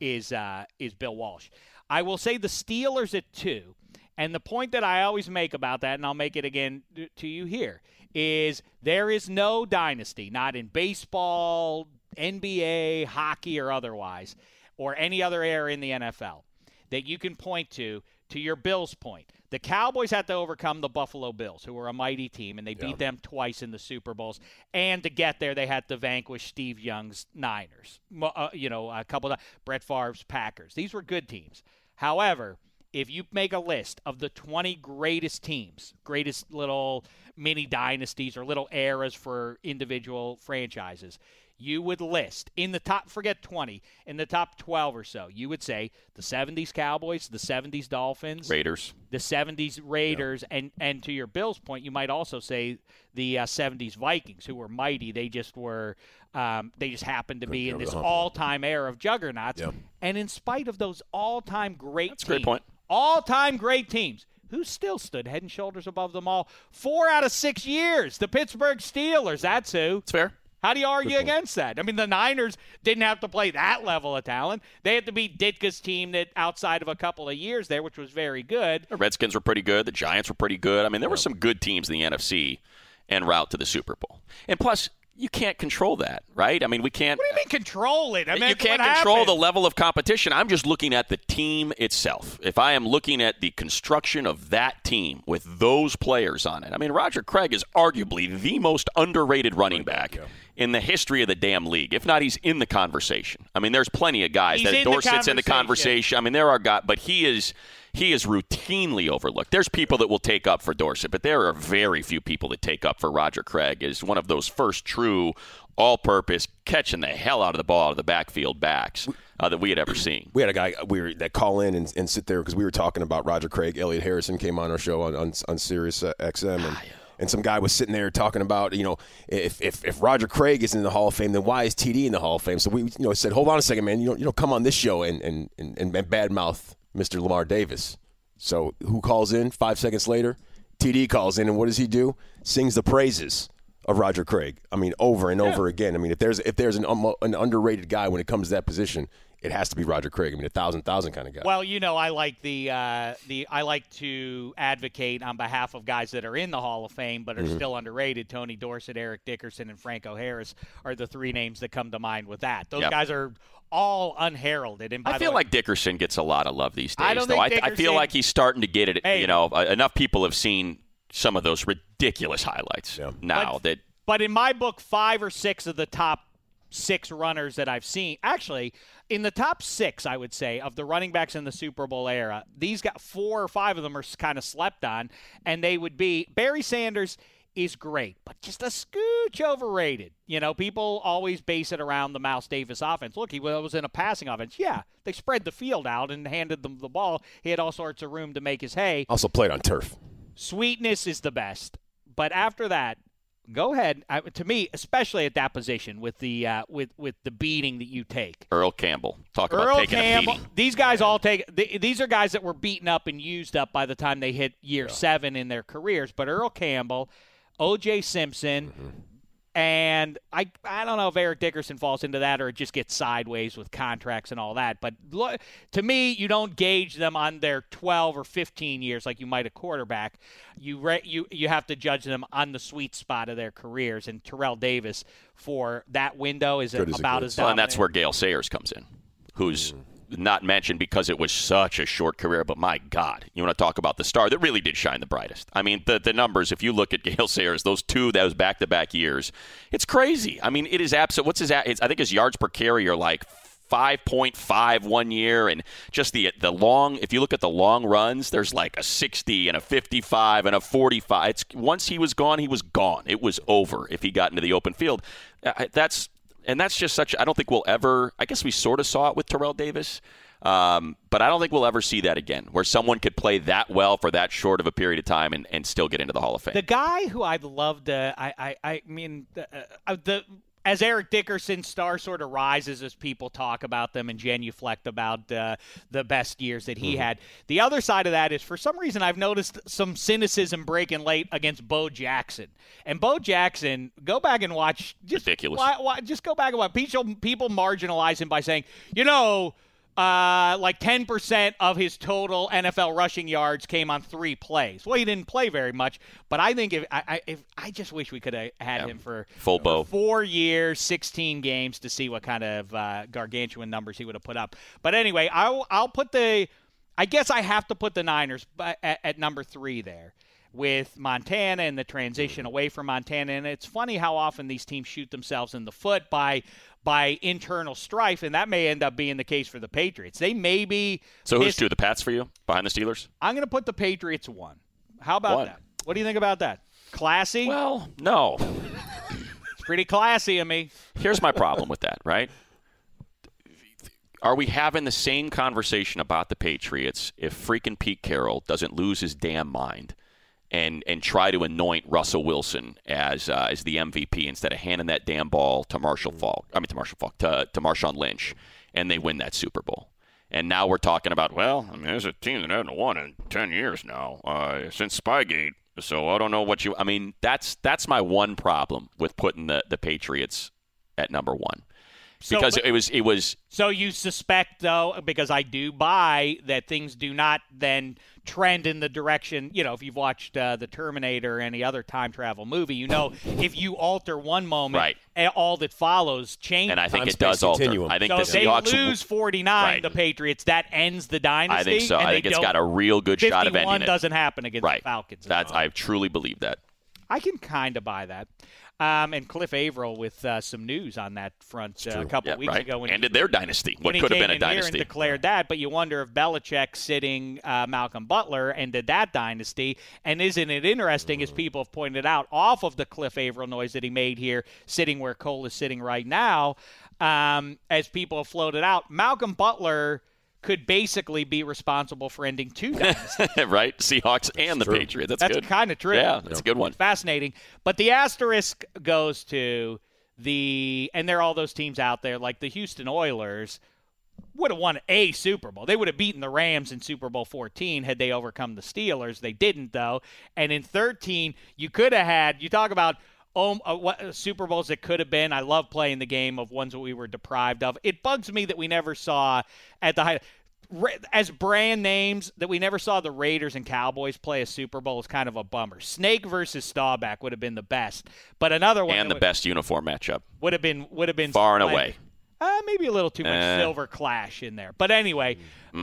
S1: is uh, is bill walsh i will say the steelers at two and the point that i always make about that and i'll make it again t- to you here is there is no dynasty not in baseball nba hockey or otherwise or any other era in the NFL that you can point to, to your Bills point. The Cowboys had to overcome the Buffalo Bills, who were a mighty team, and they beat them twice in the Super Bowls. And to get there, they had to vanquish Steve Young's Niners. Mo- uh, you know, a couple of Brett Favre's Packers. These were good teams. However, if you make a list of the 20 greatest teams, greatest little mini dynasties or little eras for individual franchises, you would list in the top, forget 20, in the top 12 or so, you would say the 70s Cowboys, the 70s Dolphins,
S5: Raiders.
S1: the 70s Raiders, and, and to your Bills point, you might also say the uh, 70s Vikings, who were mighty. They just were, um, they just happened to be in this all time era of juggernauts. And in spite of those all time great
S5: a great
S1: teams,
S5: point.
S1: all time great teams. Who still stood head and shoulders above them all? Four out of six years. The Pittsburgh Steelers. That's who.
S5: It's fair.
S1: How do you argue against that? I mean, the Niners didn't have to play that level of talent. They had to beat Ditka's team that outside of a couple of years there, which was very good.
S5: The Redskins were pretty good. The Giants were pretty good. I mean, there were some good teams in the NFC en route to the Super Bowl. And plus, you can't control that, right? I mean, we can't.
S1: What do you mean control it? I mean,
S5: you can't
S1: what
S5: control
S1: happened?
S5: the level of competition. I'm just looking at the team itself. If I am looking at the construction of that team with those players on it, I mean, Roger Craig is arguably the most underrated running back in the history of the damn league. If not, he's in the conversation. I mean, there's plenty of guys
S1: He's
S5: that
S1: in the
S5: Dorsett's in the
S1: conversation.
S5: conversation. I mean, there are guys, but he is. He is routinely overlooked. There's people that will take up for Dorsett, but there are very few people that take up for Roger Craig as one of those first true all-purpose catching the hell out of the ball out of the backfield backs uh, that we had ever seen.
S4: We had a guy we were, that call in and, and sit there because we were talking about Roger Craig. Elliot Harrison came on our show on on, on Sirius uh, XM, and, and some guy was sitting there talking about you know if, if if Roger Craig is in the Hall of Fame, then why is TD in the Hall of Fame? So we you know said, hold on a second, man, you don't you don't come on this show and and and, and badmouth Mr. Lamar Davis. So who calls in? Five seconds later, TD calls in, and what does he do? Sings the praises of Roger Craig. I mean, over and over again. I mean, if there's if there's an um, an underrated guy when it comes to that position, it has to be Roger Craig. I mean, a thousand thousand kind of guy.
S1: Well, you know, I like the uh, the I like to advocate on behalf of guys that are in the Hall of Fame but are
S5: Mm-hmm.
S1: still underrated. Tony Dorsett, Eric Dickerson, and Franco Harris are the three names that come to mind with that. Those
S5: Yep.
S1: guys are all unheralded. And by
S5: I
S1: the
S5: feel
S1: way-
S5: like Dickerson gets a lot of love these days,
S1: I don't
S5: though.
S1: think
S5: I, I feel
S1: Dickerson-
S5: like he's starting to get it.
S1: Hey.
S5: You know, uh, enough people have seen some of those ridiculous highlights now
S1: But-
S5: that
S1: But in my book, five or six of the top six runners that I've seen, actually, in the top six, I would say, of the running backs in the Super Bowl era, these got four or five of them are kind of slept on, and they would be Barry Sanders is great, but just a scooch overrated. You know, people always base it around the Miles Davis offense. Look, he was in a passing offense. Yeah, they spread the field out and handed them the ball. He had all sorts of room to make his hay.
S4: also played on turf.
S1: Sweetness is the best, but after that, go ahead. I, to me, especially at that position with the uh, with with the beating that you take.
S5: Earl Campbell talk about
S1: Earl
S5: taking a
S1: Campbell,
S5: beating.
S1: these guys all take. Th- these are guys that were beaten up and used up by the time they hit year seven in their careers. But Earl Campbell, O.J. Simpson,
S5: Mm-hmm.
S1: and I I don't know if Eric Dickerson falls into that or it just gets sideways with contracts and all that. But lo- to me, you don't gauge them on their 12 or 15 years like you might a quarterback. You re- you you have to judge them on the sweet spot of their careers. And Terrell Davis for that window is
S4: Good as it
S1: about
S4: gets.
S1: as
S5: Well, and that's
S1: dominant.
S5: where Gail Sayers comes in, who's not mentioned because it was such a short career. But my God, you want to talk about the star that really did shine the brightest. I mean, the, the numbers, if you look at Gail Sayers, those two, those back to back years, it's crazy. I mean, it is absolute. What's his, a- it's, I think his yards per carry are like 5.5 one year and just the the long if you look at the long runs there's like a 60 and a 55 and a 45 it's once he was gone he was gone it was over if he got into the open field Uh, that's and that's just such i don't think we'll ever i guess we sort of saw it with terrell davis um, but i don't think we'll ever see that again where someone could play that well for that short of a period of time and, and still get into the hall of fame
S1: The guy who I'd love to, I, I, I mean, uh, uh, the as Eric Dickerson's star sort of rises as people talk about them and genuflect about uh, the best years that he had. The other side of that is, for some reason, I've noticed some cynicism breaking late against Bo Jackson. And Bo Jackson, go back and watch. Just,
S5: Ridiculous.
S1: Why, why, just go back and watch. People, people marginalize him by saying, you know. Uh, like 10% of his total NFL rushing yards came on three plays. Well, he didn't play very much, but I think if I, I if I just wish we could have had him for
S5: full bow
S1: four years, 16 games to see what kind of uh, gargantuan numbers he would have put up. But anyway, I'll, I'll put the, I guess I have to put the Niners bu- at, at number three there with Montana and the transition away from Montana. And it's funny how often these teams shoot themselves in the foot by by internal strife, and that may end up being the case for the Patriots. They may be.
S5: so who's
S1: missed-
S5: two the pats for you behind the steelers
S1: I'm going to put the Patriots one. How about
S5: One.
S1: that? What do you think about that? Classy.
S5: well no
S1: it's pretty classy of me.
S5: here's my problem with that, right? Are we having the same conversation about the Patriots if freaking Pete Carroll doesn't lose his damn mind and and try to anoint Russell Wilson as uh, as the MVP instead of handing that damn ball to Marshall
S1: Mm-hmm.
S5: Falk? I mean to Marshall Falk to, to Marshawn Lynch, and they win that Super Bowl. And now we're talking about well, I mean, there's a team that hasn't won in ten years now uh, since Spygate. So I don't know what you. I mean, that's that's my one problem with putting the the Patriots at number one
S1: So,
S5: because
S1: but-
S5: it was it was
S1: So you suspect, though, because I do buy that things do not then trend in the direction. You know, if you've watched uh, the Terminator or any other time travel movie, you know, if you alter one moment,
S5: Right.
S1: eh, all that follows changes.
S5: and I think
S4: Time,
S5: it does
S4: space continuum.
S5: alter. I think
S1: so
S5: the
S1: if they
S5: Seahawks.
S1: lose 49,
S5: Right.
S1: the Patriots, that ends the dynasty.
S5: I think so.
S1: and
S5: I
S1: they
S5: think it's
S1: don't-
S5: got a real good shot of
S1: 51
S5: ending it.
S1: doesn't happen against
S5: Right.
S1: the Falcons. as
S5: That's
S1: well.
S5: I truly believe that.
S1: I can kind of buy that. Um, and Cliff Averill with uh, some news on that front uh, a couple
S5: Yeah,
S1: weeks
S5: right.
S1: ago. When he
S5: Ended their dynasty. What
S1: when he
S5: could have
S1: came
S5: been a
S1: in here
S5: dynasty.
S1: and declared that. But you wonder if Belichick sitting uh, Malcolm Butler ended that dynasty. And isn't it interesting,
S5: Mm.
S1: as people have pointed out, off of the Cliff Averill noise that he made here, sitting where Cole is sitting right now, um, as people have floated out, Malcolm Butler could basically be responsible for ending two dynasties.
S5: right? Seahawks and the Patriots. That's,
S1: That's
S5: good.
S1: kind of true.
S5: Yeah, that's a good one.
S1: Fascinating. But the asterisk goes to the and there are all those teams out there like the Houston Oilers would have won a Super Bowl. They would have beaten the Rams in Super Bowl 14 had they overcome the Steelers. They didn't though. And in 13, you could have had you talk about Oh, uh, what uh, Super Bowls it could have been. I love playing the game of ones that we were deprived of. It bugs me that we never saw at the high Ra- as brand names that we never saw the Raiders and Cowboys play a Super Bowl is kind of a bummer. Snake versus Staubach would have been the best, but another one that
S5: And the
S1: would,
S5: best uniform matchup.
S1: would have been would have been
S5: Far and
S1: like-
S5: away.
S1: Uh, maybe a little too much
S5: Eh. Mm.
S1: silver clash in there, but anyway.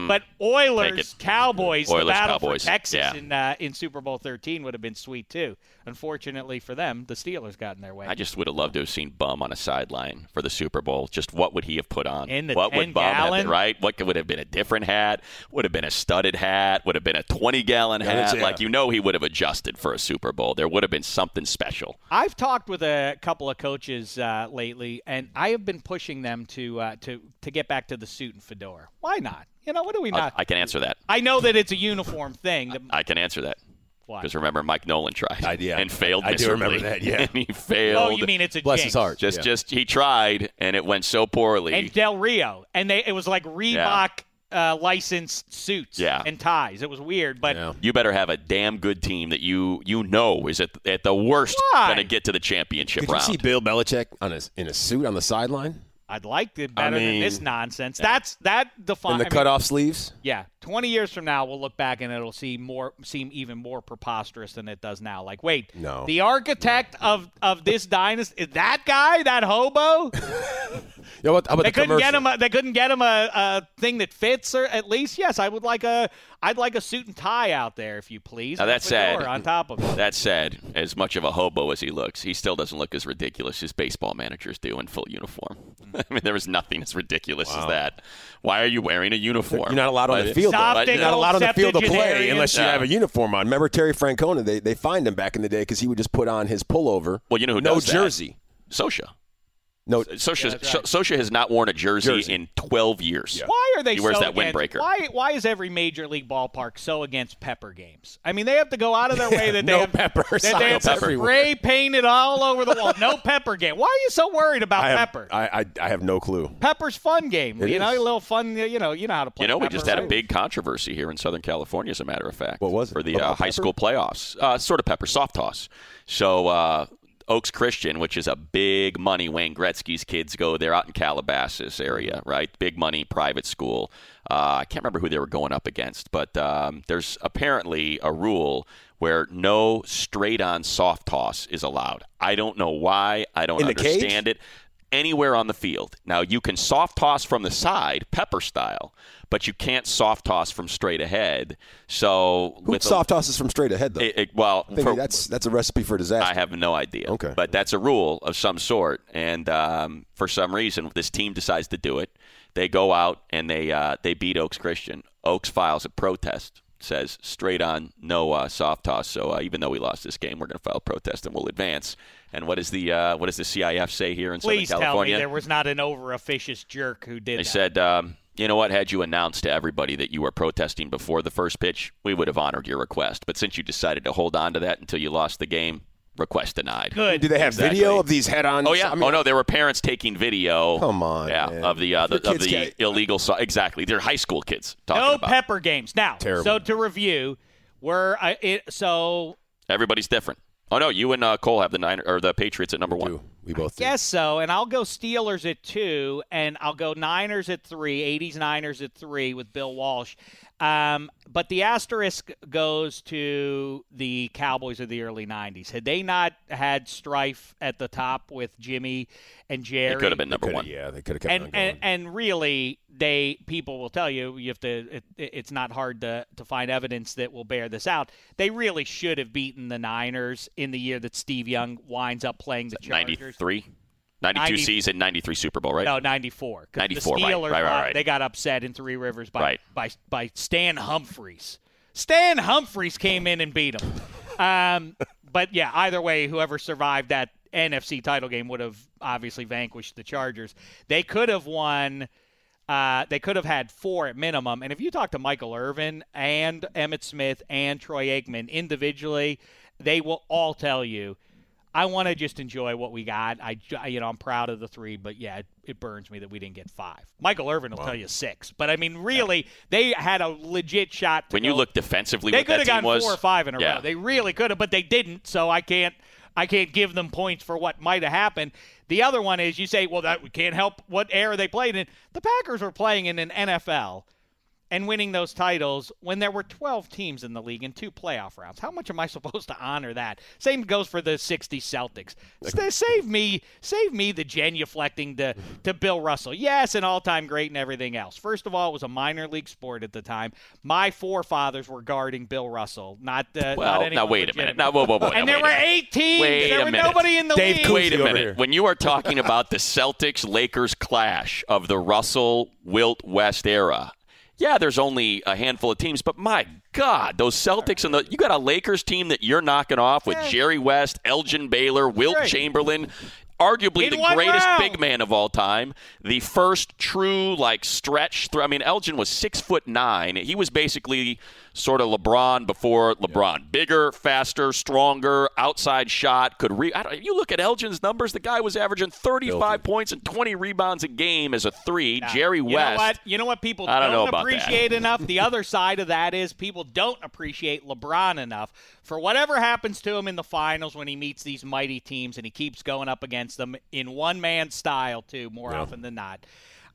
S1: But Oilers
S5: it.
S1: Cowboys the
S5: Oilers,
S1: battle
S5: Cowboys,
S1: for Texas
S5: yeah.
S1: in uh, in Super Bowl thirteen would have been sweet too. Unfortunately for them, the Steelers got in their way.
S5: I just would have loved to have seen Bum on a sideline for the Super Bowl. Just what would he have put on?
S1: In the
S5: what would
S1: 10
S5: Bum have
S1: gallon?
S5: been, right? What could, would have been a different hat? Would have been a studded hat? Would have been a 20 gallon
S4: that's-
S5: hat?
S4: yeah.
S5: Like, you know, he would have adjusted for a Super Bowl. There would have been something special.
S1: I've talked with a couple of coaches uh, lately, and I have been pushing them to uh, to to get back to the suit and fedora. Why not? You know, what do we
S5: I,
S1: not?
S5: I can answer that.
S1: I know that it's a uniform thing. That,
S5: I can answer that.
S1: Why?
S5: Because remember, Mike Nolan tried
S4: I- yeah.
S5: and failed.
S4: I do remember
S5: miserably.
S4: that, yeah.
S5: and he failed.
S1: oh, you mean it's a
S4: Bless
S1: jinx.
S4: his heart.
S5: just
S4: Yeah.
S5: just he tried and it went so poorly.
S1: And Del Rio, and they it was like Reebok uh, licensed suits
S5: Yeah.
S1: and ties. It was weird, but
S4: Yeah.
S5: you better have a damn good team that you you know is at, at the worst
S1: Why?
S5: going to get to the championship
S4: Could you
S5: round.
S4: see Bill Belichick on a, in a suit on the sideline
S1: I'd like it better than
S4: mean-
S1: this nonsense. That's that defines.
S4: and the cutoff sleeves?
S1: Yeah, 20 years from now, we'll look back and it'll see more, seem even more preposterous than it does now. Like, wait,
S4: No.
S1: the architect of of this dynasty, that guy, that hobo,
S4: You know what? How about
S1: they
S4: the
S1: couldn't get
S4: commercial?
S1: him. A, they couldn't get him a, a thing that fits, or at least, yes, I would like a, I'd like a suit and tie out there, if you please.
S5: Now,
S1: and a
S5: that's sad.
S1: fedora On top of it,
S5: that said, as much of a hobo as he looks, he still doesn't look as ridiculous as baseball managers do in full uniform. I mean, there is nothing as ridiculous as that. Why are you wearing a uniform?
S4: You're not allowed on
S5: But-
S4: the field. though.
S1: Soft
S4: You're not
S1: angle
S4: allowed on the field to play
S1: septuagenarian.
S4: unless you
S5: Yeah.
S4: have a uniform on. Remember Terry Francona? They they fined him back in the day because he would just put on his pullover.
S5: Well, you know who
S4: no
S5: does that?
S4: jersey.
S5: Sosha.
S4: No,
S5: Sosha, Sosha has not worn a jersey,
S4: Jersey.
S5: in 12 years.
S1: why are they?
S5: He wears
S1: so
S5: that
S1: against-
S5: windbreaker.
S1: Why? Why is every major league ballpark so against pepper games? I mean, they have to go out of their way that they
S4: no
S1: have
S4: pepper.
S1: That they have
S4: signs everywhere.
S1: spray painted all over the wall. No pepper game. Why are you so worried about
S4: I have,
S1: pepper?
S4: I, I I have no clue.
S1: Pepper's fun game.
S4: It
S1: you know,
S4: is.
S1: a little fun. You know, you know how to play.
S5: You know, we
S1: Pepper,
S5: just had a
S1: right?
S5: big controversy here in Southern California, as a matter of fact.
S4: What was it?
S5: For the
S4: About
S5: uh, high
S4: pepper?
S5: school playoffs. Uh, sort of pepper, soft toss. So, uh, Oaks Christian, which is a big money, Wayne Gretzky's kids go. They're out in Calabasas area,
S4: Mm-hmm.
S5: right? Big money private school. Uh, I can't remember who they were going up against, but um, there's apparently a rule where no straight on soft toss is allowed. I don't know why. I don't
S4: In the cage?
S5: understand it it anywhere on the field. Now you can soft toss from the side, pepper style, but you can't soft toss from straight ahead. So
S4: Who
S5: a-
S4: soft tosses from straight ahead though?
S5: it- it- well,
S4: I think
S5: for-
S4: that's that's a recipe for disaster.
S5: I have no idea.
S4: Okay.
S5: but that's a rule of some sort, and um, for some reason, this team decides to do it. They go out and they uh, they beat Oaks Christian. Oaks files a protest. Says straight on, no uh, soft toss. So uh, even though we lost this game, we're going to file a protest and we'll advance. And what is the uh, what does the CIF say here in
S1: Please
S5: Southern
S1: tell me
S5: California?
S1: there was not an over officious jerk who did
S5: They
S1: that.
S5: said, um, you know what? Had you announced to everybody that you were protesting before the first pitch, we would have honored your request. But since you decided to hold on to that until you lost the game, request denied.
S4: Do
S1: Good.
S4: they have
S5: Exactly.
S4: video of these head-on?
S5: Oh yeah.
S4: I mean,
S5: oh no, there were parents taking video.
S4: Come on,
S5: Yeah,
S4: man.
S5: of the, uh, the
S4: Your
S5: of
S4: kids
S5: the
S4: can't-
S5: illegal. So- exactly. They're high school kids talking
S1: No
S5: about.
S1: pepper games. Now,
S4: Terrible.
S1: uh, so to review, we're I, it, so
S5: Everybody's different. Oh no, you and uh, Cole have the nine or the Patriots at number one.
S4: Two. We both do.
S1: Guess so. And I'll go Steelers at two, and I'll go Niners at three, 80s Niners at three with Bill Walsh. Um, but the asterisk goes to the Cowboys of the early 90s. Had they not had strife at the top with Jimmy and Jerry?
S5: It could have been number
S4: Coulda-
S5: one.
S4: Yeah, they could have kept
S1: and,
S4: on going.
S1: and and really they people will tell you you have to it, it's not hard to to find evidence that will bear this out they really should have beaten the niners in the year that steve young winds up playing the chargers
S5: 93? 92
S1: 90
S5: season, 93 Super Bowl, right?
S1: no 94 'cause
S5: 94,
S1: the
S5: right,
S1: steelers
S5: right, right,
S1: won-
S5: right.
S1: they got upset in three rivers by
S5: Right.
S1: by by stan humphreys stan humphreys came in and beat them um but yeah either way whoever survived that nfc title game would have obviously vanquished the chargers they could have won uh, they could have had four at minimum. And if you talk to Michael Irvin and Emmett Smith and Troy Aikman individually, they will all tell you, I want to just enjoy what we got. I, ju- you know, I'm proud of the three, but yeah, it, it burns me that we didn't get five. Michael Irvin will tell you six, but I mean, really, they had a legit shot. To
S5: When you
S1: go-
S5: look defensively,
S1: they
S5: what that
S1: could have
S5: team
S1: gotten
S5: was,
S1: four or five in a
S5: yeah.
S1: row. They really could have, but they didn't. So I can't, I can't give them points for what might have happened. The other one is you say, well, that we can't help what era they played in. The Packers were playing in an NFL and winning those titles when there were 12 teams in the league and two playoff rounds. How much am I supposed to honor that? Same goes for the 60 Celtics. Sa- Save me, save me the genuflecting to, to Bill Russell. Yes, an all-time great and everything else. First of all, it was a minor league sport at the time. My forefathers were guarding Bill Russell, not uh,
S5: Well,
S1: not
S5: now
S1: anyone
S5: wait a
S1: legitimate.
S5: minute. Now, whoa, whoa, whoa.
S1: and
S5: now,
S1: there were
S5: wait a minute.
S1: eight teams.
S5: Wait
S1: there
S5: a
S1: were
S5: minute.
S1: nobody in the
S4: Dave
S1: league.
S4: Koontz
S5: Wait a
S4: over
S5: minute.
S4: here.
S5: When you are talking about the Celtics Lakers clash of the Russell Wilt West era, yeah, there's only a handful of teams, but my God, those Celtics and the you got a Lakers team that you're knocking off with Jerry West, Elgin Baylor, Wilt
S1: Right.
S5: Chamberlain, arguably
S1: In
S5: the
S1: one
S5: greatest
S1: round.
S5: big man of all time, the first true like stretch through. I mean, Elgin was six foot nine. He was basically sort of LeBron before LeBron, bigger, faster, stronger, outside shot, could re. I don't, you look at Elgin's numbers. The guy was averaging thirty-five points and twenty rebounds a game as a three. Jerry
S1: You
S5: West.
S1: Know what? You know what people
S5: I
S1: don't,
S5: don't know about that.
S1: appreciate enough? The other side of that is people don't appreciate LeBron enough for whatever happens to him in the finals when he meets these mighty teams and he keeps going up against them in one man style, too, more often than not.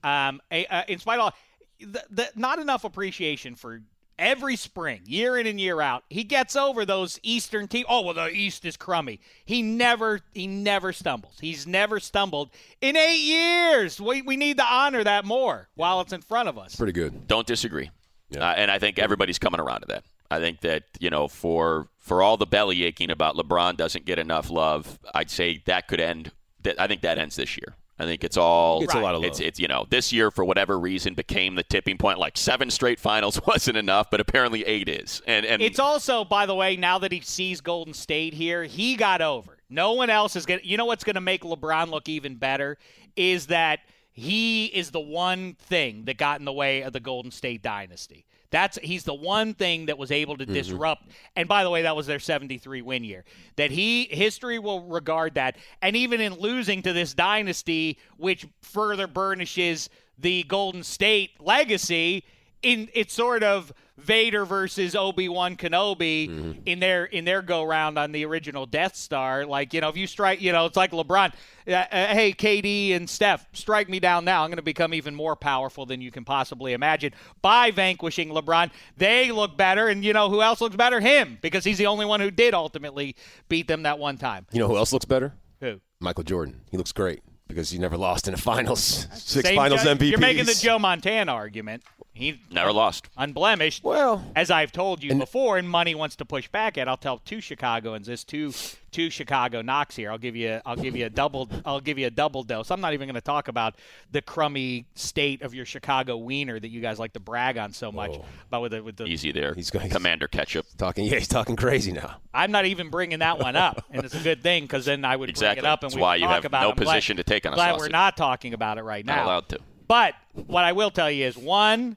S1: Um, a- uh, in spite of all, the, the, not enough appreciation for every spring, year in and year out. He gets over those Eastern team. Oh well, the East is crummy. He never, he never stumbles. He's never stumbled in eight years. We we need to honor that more while it's in front of us.
S4: Pretty good.
S5: Don't disagree. Uh, and I think everybody's coming around to that. I think that you know, for for all the belly aching about LeBron doesn't get enough love, I'd say that could end. That I think that ends this year. I think it's all.
S4: It's a lot of love.
S5: It's, it's you know this year for whatever reason became the tipping point. Like seven straight finals wasn't enough, but apparently eight is. And and
S1: It's also, by the way, now that he sees Golden State here, he got over. No one else is going to. You know what's going to make LeBron look even better is that he is the one thing that got in the way of the Golden State dynasty. That's he's the one thing that was able to disrupt. And by the way, that was their 73 win year. That he history will regard that and even in losing to this dynasty which further burnishes the Golden State legacy, in it's sort of Vader versus Obi Wan Kenobi
S4: Mm-hmm.
S1: in their in their go round on the original Death Star. Like you know, if you strike, you know, it's like LeBron. Uh, uh, hey, KD and Steph, strike me down now. I'm going to become even more powerful than you can possibly imagine by vanquishing LeBron. They look better, and you know who else looks better? Him, because he's the only one who did ultimately beat them that one time.
S4: You know who else looks better?
S1: Who?
S4: Michael Jordan. He looks great because he never lost in a finals. Six
S1: Same
S4: finals
S1: Joe-
S4: MVPs.
S1: You're making the Joe Montana argument. He
S5: never lost.
S1: unblemished.
S4: Well-
S1: as I've told you before, and money wants to push back at. I'll tell two Chicagoans this, two two Chicago knocks here. I'll give you, I'll give you a double, I'll give you a double dose. I'm not even going to talk about the crummy state of your Chicago wiener that you guys like to brag on so much. But with the, with the,
S5: Easy there.
S4: He's going-
S5: Commander Ketchup.
S4: Talking, yeah, he's talking crazy now.
S1: I'm not even bringing that one up, and it's a good thing because then I would
S5: Exactly.
S1: bring it up and
S5: That's
S1: we
S5: why
S1: would
S5: you
S1: talk
S5: have
S1: about
S5: no
S1: it. I'm glad-
S5: position to take on a
S1: Glad we're
S5: sausage.
S1: not talking about it right now.
S5: Not allowed to.
S1: But what I will tell you is one,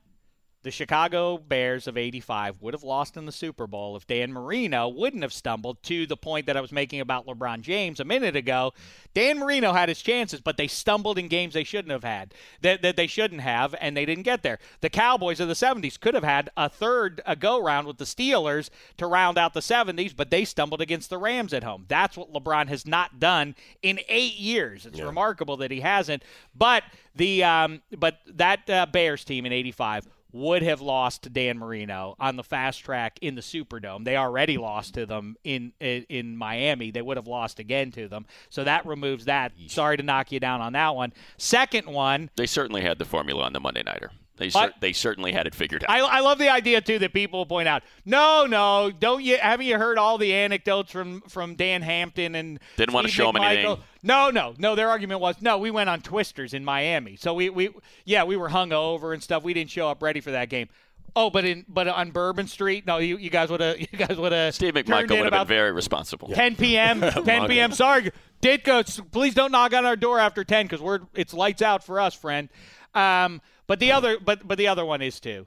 S1: The Chicago Bears of 85 would have lost in the Super Bowl if Dan Marino wouldn't have stumbled to the point that I was making about LeBron James a minute ago. Dan Marino had his chances, but they stumbled in games they shouldn't have had, that, that they shouldn't have, and they didn't get there. The Cowboys of the 70s could have had a third a go round with the Steelers to round out the 70s, but they stumbled against the Rams at home. That's what LeBron has not done in eight years. It's remarkable that he hasn't. But the um, but that uh, Bears team in '85 would have lost to Dan Marino on the fast track in the Superdome. They already lost to them in in, in Miami. They would have lost again to them. So that removes that. Sorry to knock you down on that one. Second one,
S5: They certainly had the formula on the Monday Nighter. They, cer-
S1: But-
S5: they certainly had it figured out.
S1: I, I love the idea too that people point out. No, no, don't you? Haven't you heard all the anecdotes from from Dan Hampton and
S5: Didn't wanna
S1: Steve
S5: show him
S1: McMichael?
S5: anything.
S1: No, no, no. Their argument was no. We went on twisters in Miami, so we we yeah we were hungover and stuff. We didn't show up ready for that game. Oh, but in but on Bourbon Street, no, you, you guys would have you guys would have
S5: Steve McMichael would have been very responsible.
S1: 10 p.m. 10 p.m. Sorry, Ditka, s- please don't knock on our door after 10 because we're it's lights out for us, friend. Um, but the other, but but the other one is too.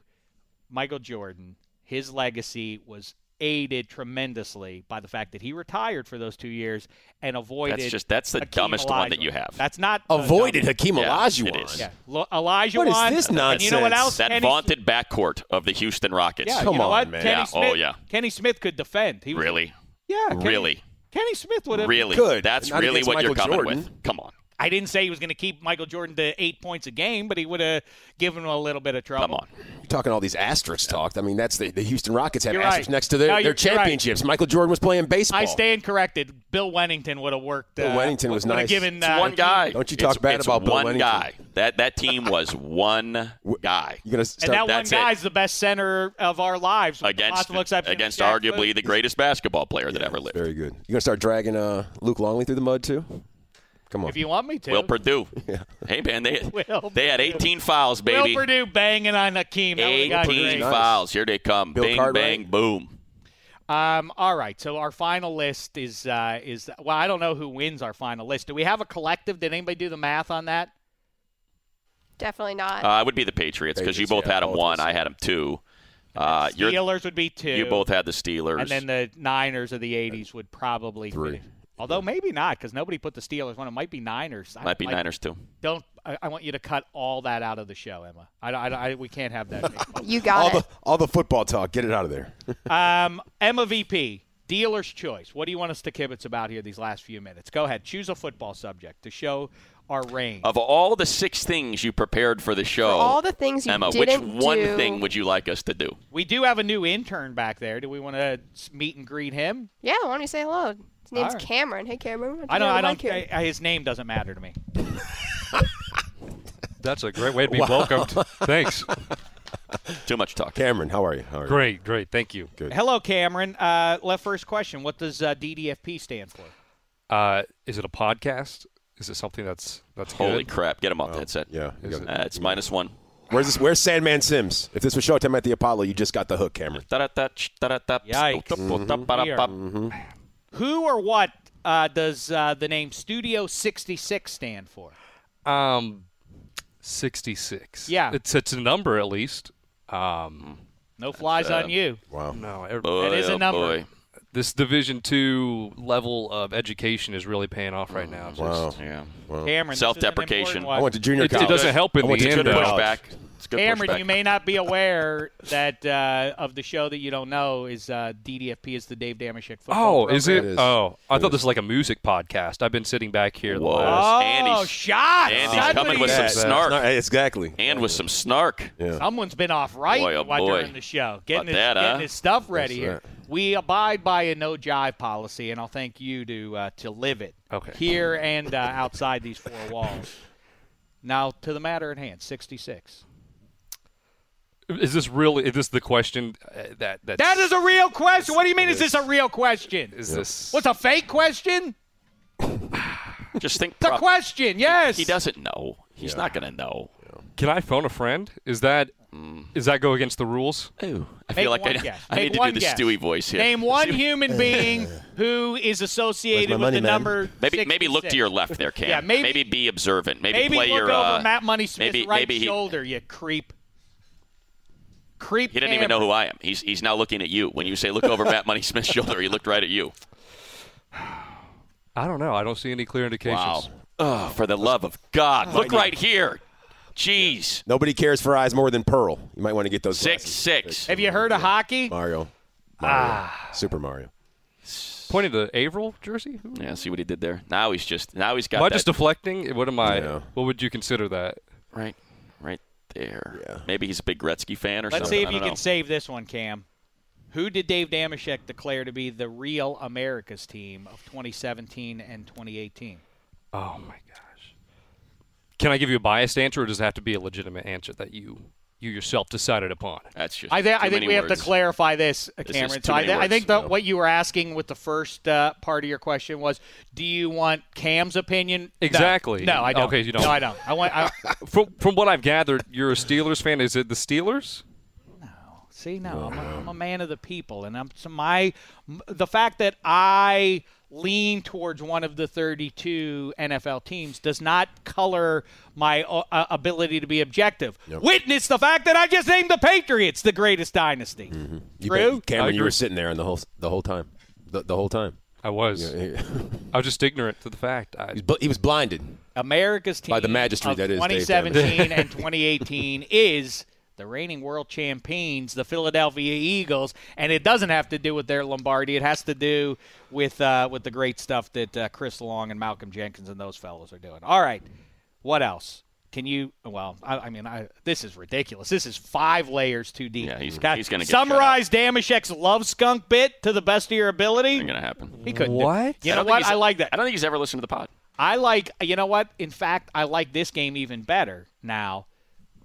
S1: Michael Jordan, his legacy was aided tremendously by the fact that he retired for those two years and avoided.
S5: That's just that's the
S1: Hakeem
S5: dumbest one that
S1: Olajuwon.
S5: you have.
S1: That's not the
S4: Avoided
S1: dumbest-
S4: Hakeem
S5: Yeah,
S4: Olajuwon.
S5: it is.
S1: Yeah, Lo- Elijah.
S4: What is this
S1: And you know what
S4: nonsense?
S1: else?
S5: that
S1: Kenny-
S5: vaunted backcourt of the Houston Rockets.
S1: Yeah,
S4: Come
S1: you know
S4: on,
S1: what?
S4: man.
S1: Kenny
S5: Yeah, oh,
S1: Smith,
S5: yeah.
S1: Kenny Smith could defend. He was,
S5: Really,
S1: Yeah. Kenny-
S5: really,
S1: Kenny Smith would have
S5: really.
S4: Good.
S5: That's
S4: Not
S5: really
S4: against
S5: what you're
S4: Michael
S5: coming
S4: Jordan.
S5: with. Come on,
S1: I didn't say he was going to keep Michael Jordan to eight points a game, but he would have given him a little bit of trouble.
S5: come on.
S4: You're talking all these asterisks talked. I mean, that's the, the Houston Rockets have
S1: You're
S4: asterisks
S1: right.
S4: next to their,
S1: No,
S4: their
S1: you're- you're right.
S4: championships. Michael Jordan was playing baseball.
S1: I stand corrected. Bill Wennington would have worked.
S4: Bill Wennington was
S1: would have
S4: nice.
S1: Given,
S4: It's
S1: uh,
S5: one guy.
S4: Don't you talk
S5: It's-
S4: bad
S5: it's
S4: about Bill
S5: one
S4: Wennington.
S5: guy. That that team was one guy
S4: You're gonna
S1: And
S4: start.
S1: that one
S5: that's it.
S1: guy's the best center of our lives, with
S5: against
S1: possible exception of
S5: against
S1: Shaq
S5: arguably the greatest basketball player that ever lived.
S4: very good. You're gonna start dragging uh, Luke Longley through the mud too. Come on.
S1: If you want me to,
S5: Will Purdue. Hey man, they
S1: Will
S5: they had 18 fouls,
S1: Will
S5: baby.
S1: Purdue banging on Akeem. That would've gotten
S5: 18
S1: great.
S4: Nice.
S5: fouls. Here they come.
S4: Bill
S5: bing,
S4: Cartwright.
S5: bang, boom.
S1: Um, all right. So our final list is uh, is well, I don't know who wins our final list. Do we have a collective? Did anybody do the math on that?
S6: Definitely not.
S5: Uh, it would be the Patriots because you
S4: Patriots,
S5: both
S4: yeah,
S5: had them
S4: both
S5: one.
S4: of us.
S5: I had them two. Uh, you're,
S1: Steelers would be two.
S5: you both had the Steelers.
S1: And then the Niners of the '80s would probably
S4: Three.
S1: finish. Although maybe not, because nobody put the Steelers one. It might be Niners. I
S5: Might be
S1: like-
S5: Niners too.
S1: Don't. I, I want you to cut all that out of the show, Emma. I, don't- I, don't- I we can't have that.
S6: you
S4: all
S6: got
S4: the
S6: it.
S4: all the football talk, get it out of there.
S1: um, Emma VP, dealer's choice. What do you want us to kibitz about here these last few minutes? Go ahead. Choose a football subject to show our range.
S5: Of all the six things you prepared for the show,
S6: all the things you
S5: oh, Emma, which
S6: didn't
S5: one
S6: do-
S5: thing would you like us to do?
S1: we do have a new intern back there. Do we want to meet and greet him?
S6: Yeah, why don't you say hello? His name's
S1: All right.
S6: Cameron. Hey, Cameron.
S1: I don't. I don't.
S6: Like you.
S1: I, his name doesn't matter to me.
S7: That's a great way to be welcomed. Thanks.
S5: Too much talk.
S4: Cameron, how are you? How are you?
S7: Great, great. Thank you.
S1: Hello, Cameron. Uh, le- first question. What does uh, DDFP stand for?
S7: Uh, is it a podcast? Is it something that's that's
S5: Holy
S7: good?
S5: crap! Get him off the headset.
S4: Yeah. you got it.
S5: Uh, it's minus one.
S4: Where's this? Where's Sandman Sims? If this was Showtime at the Apollo, you just got the hook, Cameron.
S5: Da-da-da, ch- da-da-da, ps-
S1: Yikes.
S5: da-da-da,
S1: Here.
S5: ba-da-ba.
S1: Who or what uh, does uh, the name Studio 66 stand for?
S7: Um, sixty-six.
S1: Yeah.
S7: it's it's a number at least. Um,
S1: No flies on you.
S4: Wow.
S7: no, every-
S5: Boy,
S1: is a
S5: oh,
S1: number.
S5: boy.
S7: this Division two level of education is really paying off right now. It's
S4: Wow.
S7: just-
S5: Yeah.
S1: Cameron, this is an
S5: Self-deprecation.
S1: important
S4: I
S1: one.
S4: went to junior
S7: It, it
S4: college.
S7: doesn't help in
S4: I went
S7: the
S4: to
S7: end.
S4: good
S7: though.
S4: pushback.
S5: Pushback. It's good
S1: Cameron,
S5: pushback.
S1: you may not be aware that uh, of the show that you don't know is uh, DDFP is the Dave Damashek football.
S7: Oh, is
S1: program.
S7: it?
S4: It is.
S7: Oh, I thought this was like a music podcast. I've been sitting back here. the
S5: Whoa.
S7: last-
S1: Oh,
S5: Andy's-
S1: shots!
S5: Andy's
S1: That's
S5: coming
S1: what he
S5: with some
S1: is.
S7: That's-
S5: snark
S4: No, exactly.
S5: and with some snark.
S1: Someone's been off right
S5: Boy, oh,
S1: while
S5: boy.
S1: during the show, getting,
S5: About
S1: his,
S5: that,
S1: getting
S5: huh?
S1: his stuff ready here.
S4: right.
S1: We abide by a no jive policy, and I'll thank you to uh, to live it
S7: Okay.
S1: here and uh, outside these four walls. Now to the matter at hand, sixty six.
S7: Is this really? Is this the question uh, that that
S1: That is a real question. What do you mean? Is this a real question?
S7: is this?
S1: What's a fake question?
S5: Just think.
S1: The
S5: prop-
S1: question, yes.
S5: He doesn't know. He's not going to know.
S7: Can I phone a friend? Is that is
S5: Mm.
S7: that go against the rules?
S5: Ooh, I
S1: Make
S5: feel like I,
S1: one guess.
S5: I
S1: Make
S5: need to
S1: one
S5: do the
S1: guess.
S5: Stewie voice here.
S1: Name one human being who is associated with
S4: Where's my money,
S1: the
S4: man?
S1: number.
S5: Maybe maybe look
S1: 66.
S5: to your left there, Cam.
S1: Yeah, maybe-
S5: be observant. Maybe,
S1: Maybe
S5: play
S1: look
S5: your
S1: over
S5: uh,
S1: Matt Money Smith's
S5: maybe-
S1: right
S5: maybe he-
S1: shoulder, you creep. Creep.
S5: He didn't even know who I am. He's he's now looking at you. When you say look over Matt Money Smith's shoulder, he looked right at you.
S7: I don't know. I don't see any clear indications.
S5: Wow. Oh, for the love of God. Look right here. Jeez.
S4: Nobody cares for eyes more than Pearl. You might want to get those
S5: Six
S4: glasses.
S5: six.
S1: Have you heard of hockey?
S4: Mario. Mario. Super Mario.
S7: Pointing to the Averill jersey. Who-
S5: Yeah, see what he did there. Now he's just now he's got
S7: Am I
S5: that
S7: just deflecting? What am I?
S4: Yeah.
S7: What would you consider that?
S5: right right there.
S4: Yeah.
S5: Maybe he's a big Gretzky fan or
S1: Let's
S5: something.
S1: see if
S5: I
S1: you
S5: don't know.
S1: can save this one, Cam. Who did Dave Damashek declare to be the real America's team of 2017 and 2018?
S7: Oh my gosh. Can I give you a biased answer, or does it have to be a legitimate answer that you you yourself decided upon?
S5: That's just
S1: I, th-
S5: too
S1: I think
S5: many
S1: we have
S5: words.
S1: to clarify this, uh,
S5: is
S1: Cameron.
S5: too
S1: So I,
S5: many
S1: th- I
S5: words,
S1: think that
S5: no.
S1: what you were asking with the first uh, part of your question was, do you want Cam's opinion? No.
S7: Exactly.
S1: No, I don't.
S7: Okay, you don't.
S1: No, I don't. I want. I,
S7: From from what I've gathered, you're a Steelers fan. Is it the Steelers?
S1: See, no, I'm, a, I'm a man of the people, and I'm so my m- the fact that I lean towards one of the 32 NFL teams does not color my uh, uh, ability to be objective. Witness the fact that I just named the Patriots the greatest dynasty.
S4: You
S1: True.
S4: bet-
S7: I
S4: Cameron, you
S7: agree.
S4: were sitting there and the whole the whole time. The, the whole time.
S7: I was. I was just ignorant to the fact. I,
S4: But he was blinded.
S1: America's team
S4: By the majesty
S1: of
S4: that is Dave
S1: 2017 and 2018 is the reigning world champions, the Philadelphia Eagles, and it doesn't have to do with their Lombardi. It has to do with uh, with the great stuff that uh, Chris Long and Malcolm Jenkins and those fellows are doing. All right, what else? Can you? Well, I, I mean, I, this is ridiculous. This is five layers too deep.
S5: Yeah, he's-
S1: Guys,
S5: he's gonna get shut out.
S1: summarize Damashek's love skunk bit to the best of your
S5: Ain't
S1: ability.
S5: gonna happen.
S1: He couldn't. do it.
S7: What?
S1: You know
S5: I don't think
S1: what?
S5: he's-
S1: I like that.
S5: I don't think he's ever listened to the pod.
S1: I like, you know what? In fact, I like this game even better now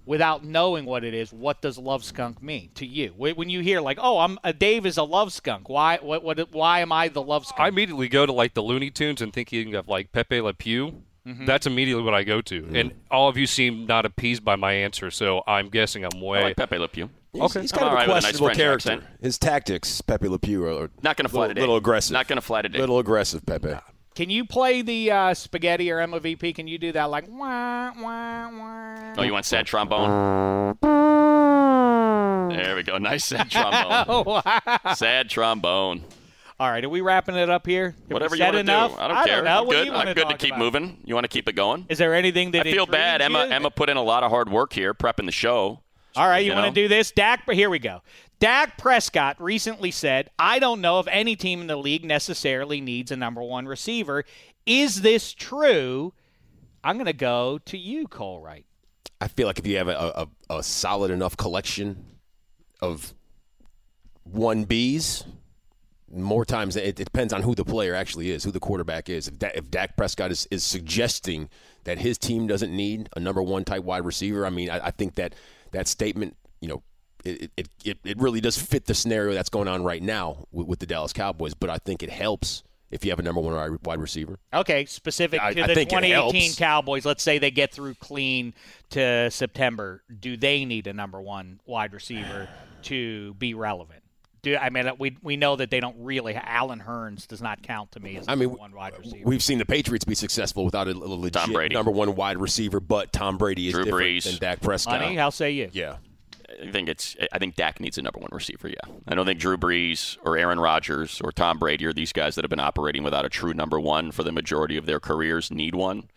S1: without knowing what it is. What does love skunk mean to you? Wh- When you hear like, "Oh, I'm uh, Dave is a love skunk. Why what what why am I the love skunk?"
S7: I immediately go to like the Looney Tunes and thinking of like Pepe Le Pew.
S5: Mm-hmm.
S7: That's immediately what I go to, and all of you seem not appeased by my answer. So I'm guessing I'm
S5: I
S7: way.
S5: like Pepe Le Pew.
S4: Okay. He's kind
S5: I'm
S4: of
S5: all
S4: a
S5: right with a nice
S4: questionable
S5: French
S4: character.
S5: accent.
S4: His tactics, Pepe Le Pew, are, are
S5: Not gonna fly
S4: little,
S5: today.
S4: little aggressive.
S5: Not gonna fly today.
S4: Little aggressive, Pepe.
S1: Can you play the uh, spaghetti or MVP? Can you do that like wah wah wah?
S5: Oh, you want sad trombone? There we go. Nice sad trombone. sad trombone.
S1: All right, are we wrapping it up here? Have we
S5: Whatever you
S1: said
S5: want to do.
S1: enough?
S5: I don't care.
S1: know.
S5: I'm
S1: What do
S5: good.
S1: you
S5: I'm
S1: wanna
S5: good to
S1: talk
S5: keep
S1: about?
S5: moving. You want to keep it going?
S1: Is there anything that
S5: I feel bad.
S1: intrigues
S5: Emma
S1: you?
S5: Emma put in a lot of hard work here, prepping the show.
S1: All right, you,
S5: You
S1: want
S5: know?
S1: to do this? Dak, here we go. Dak Prescott recently said, I don't know if any team in the league necessarily needs a number one receiver. Is this true? I'm going to go to you, Cole Wright.
S4: I feel like if you have a, a, a solid enough collection of one Bs, more times it, it depends on who the player actually is, who the quarterback is. If, da, if Dak Prescott is, is suggesting that his team doesn't need a number one type wide receiver, I mean, I, I think that that statement, you know, it, it, it, it really does fit the scenario that's going on right now with, with the Dallas Cowboys. But I think it helps if you have a number one wide- wide receiver.
S1: Okay, specific
S4: I-
S1: to
S4: I
S1: the
S4: think it
S1: 2018
S4: helps.
S1: Cowboys, let's say they get through clean to September. Do they need a number one wide receiver to be relevant? Do I mean we we know that they don't really. Alan Hearns does not count to me as
S4: I mean,
S1: number one wide receiver.
S4: We've seen the Patriots be successful without a, a legit
S5: Tom Brady.
S4: number one wide receiver, but Tom Brady is
S5: Drew
S4: different
S5: Brees.
S4: than Dak Prescott.
S1: Honey, how say you?
S4: yeah,
S5: I think it's. I think Dak needs a number one receiver. Yeah, I don't think Drew Brees or Aaron Rodgers or Tom Brady or these guys that have been operating without a true number one for the majority of their careers need one.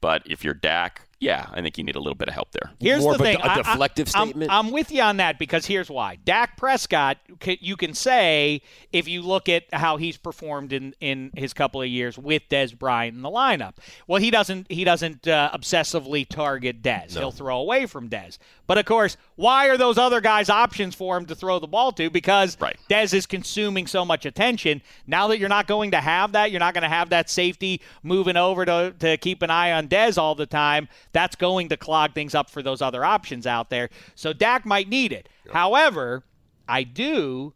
S5: But if you're Dak, yeah, I think you need a little bit of help there.
S1: Here's
S4: More
S1: the
S4: of a
S1: thing.
S4: de- a
S1: I- I-
S4: deflective
S1: I'm-
S4: statement?
S1: I'm, with you on that because here's why. Dak Prescott, c- you can say if you look at how he's performed in, in his couple of years with Des Bryant in the lineup. Well, he doesn't he doesn't uh, obsessively target Des. He'll throw away from Des. But of course, why are those other guys options for him to throw the ball to? Because
S5: Right.
S1: Dez is consuming so much attention. Now that you're not going to have that, you're not going to have that safety moving over to, to keep an eye on Dez all the time. That's going to clog things up for those other options out there. So Dak might need it. However, I do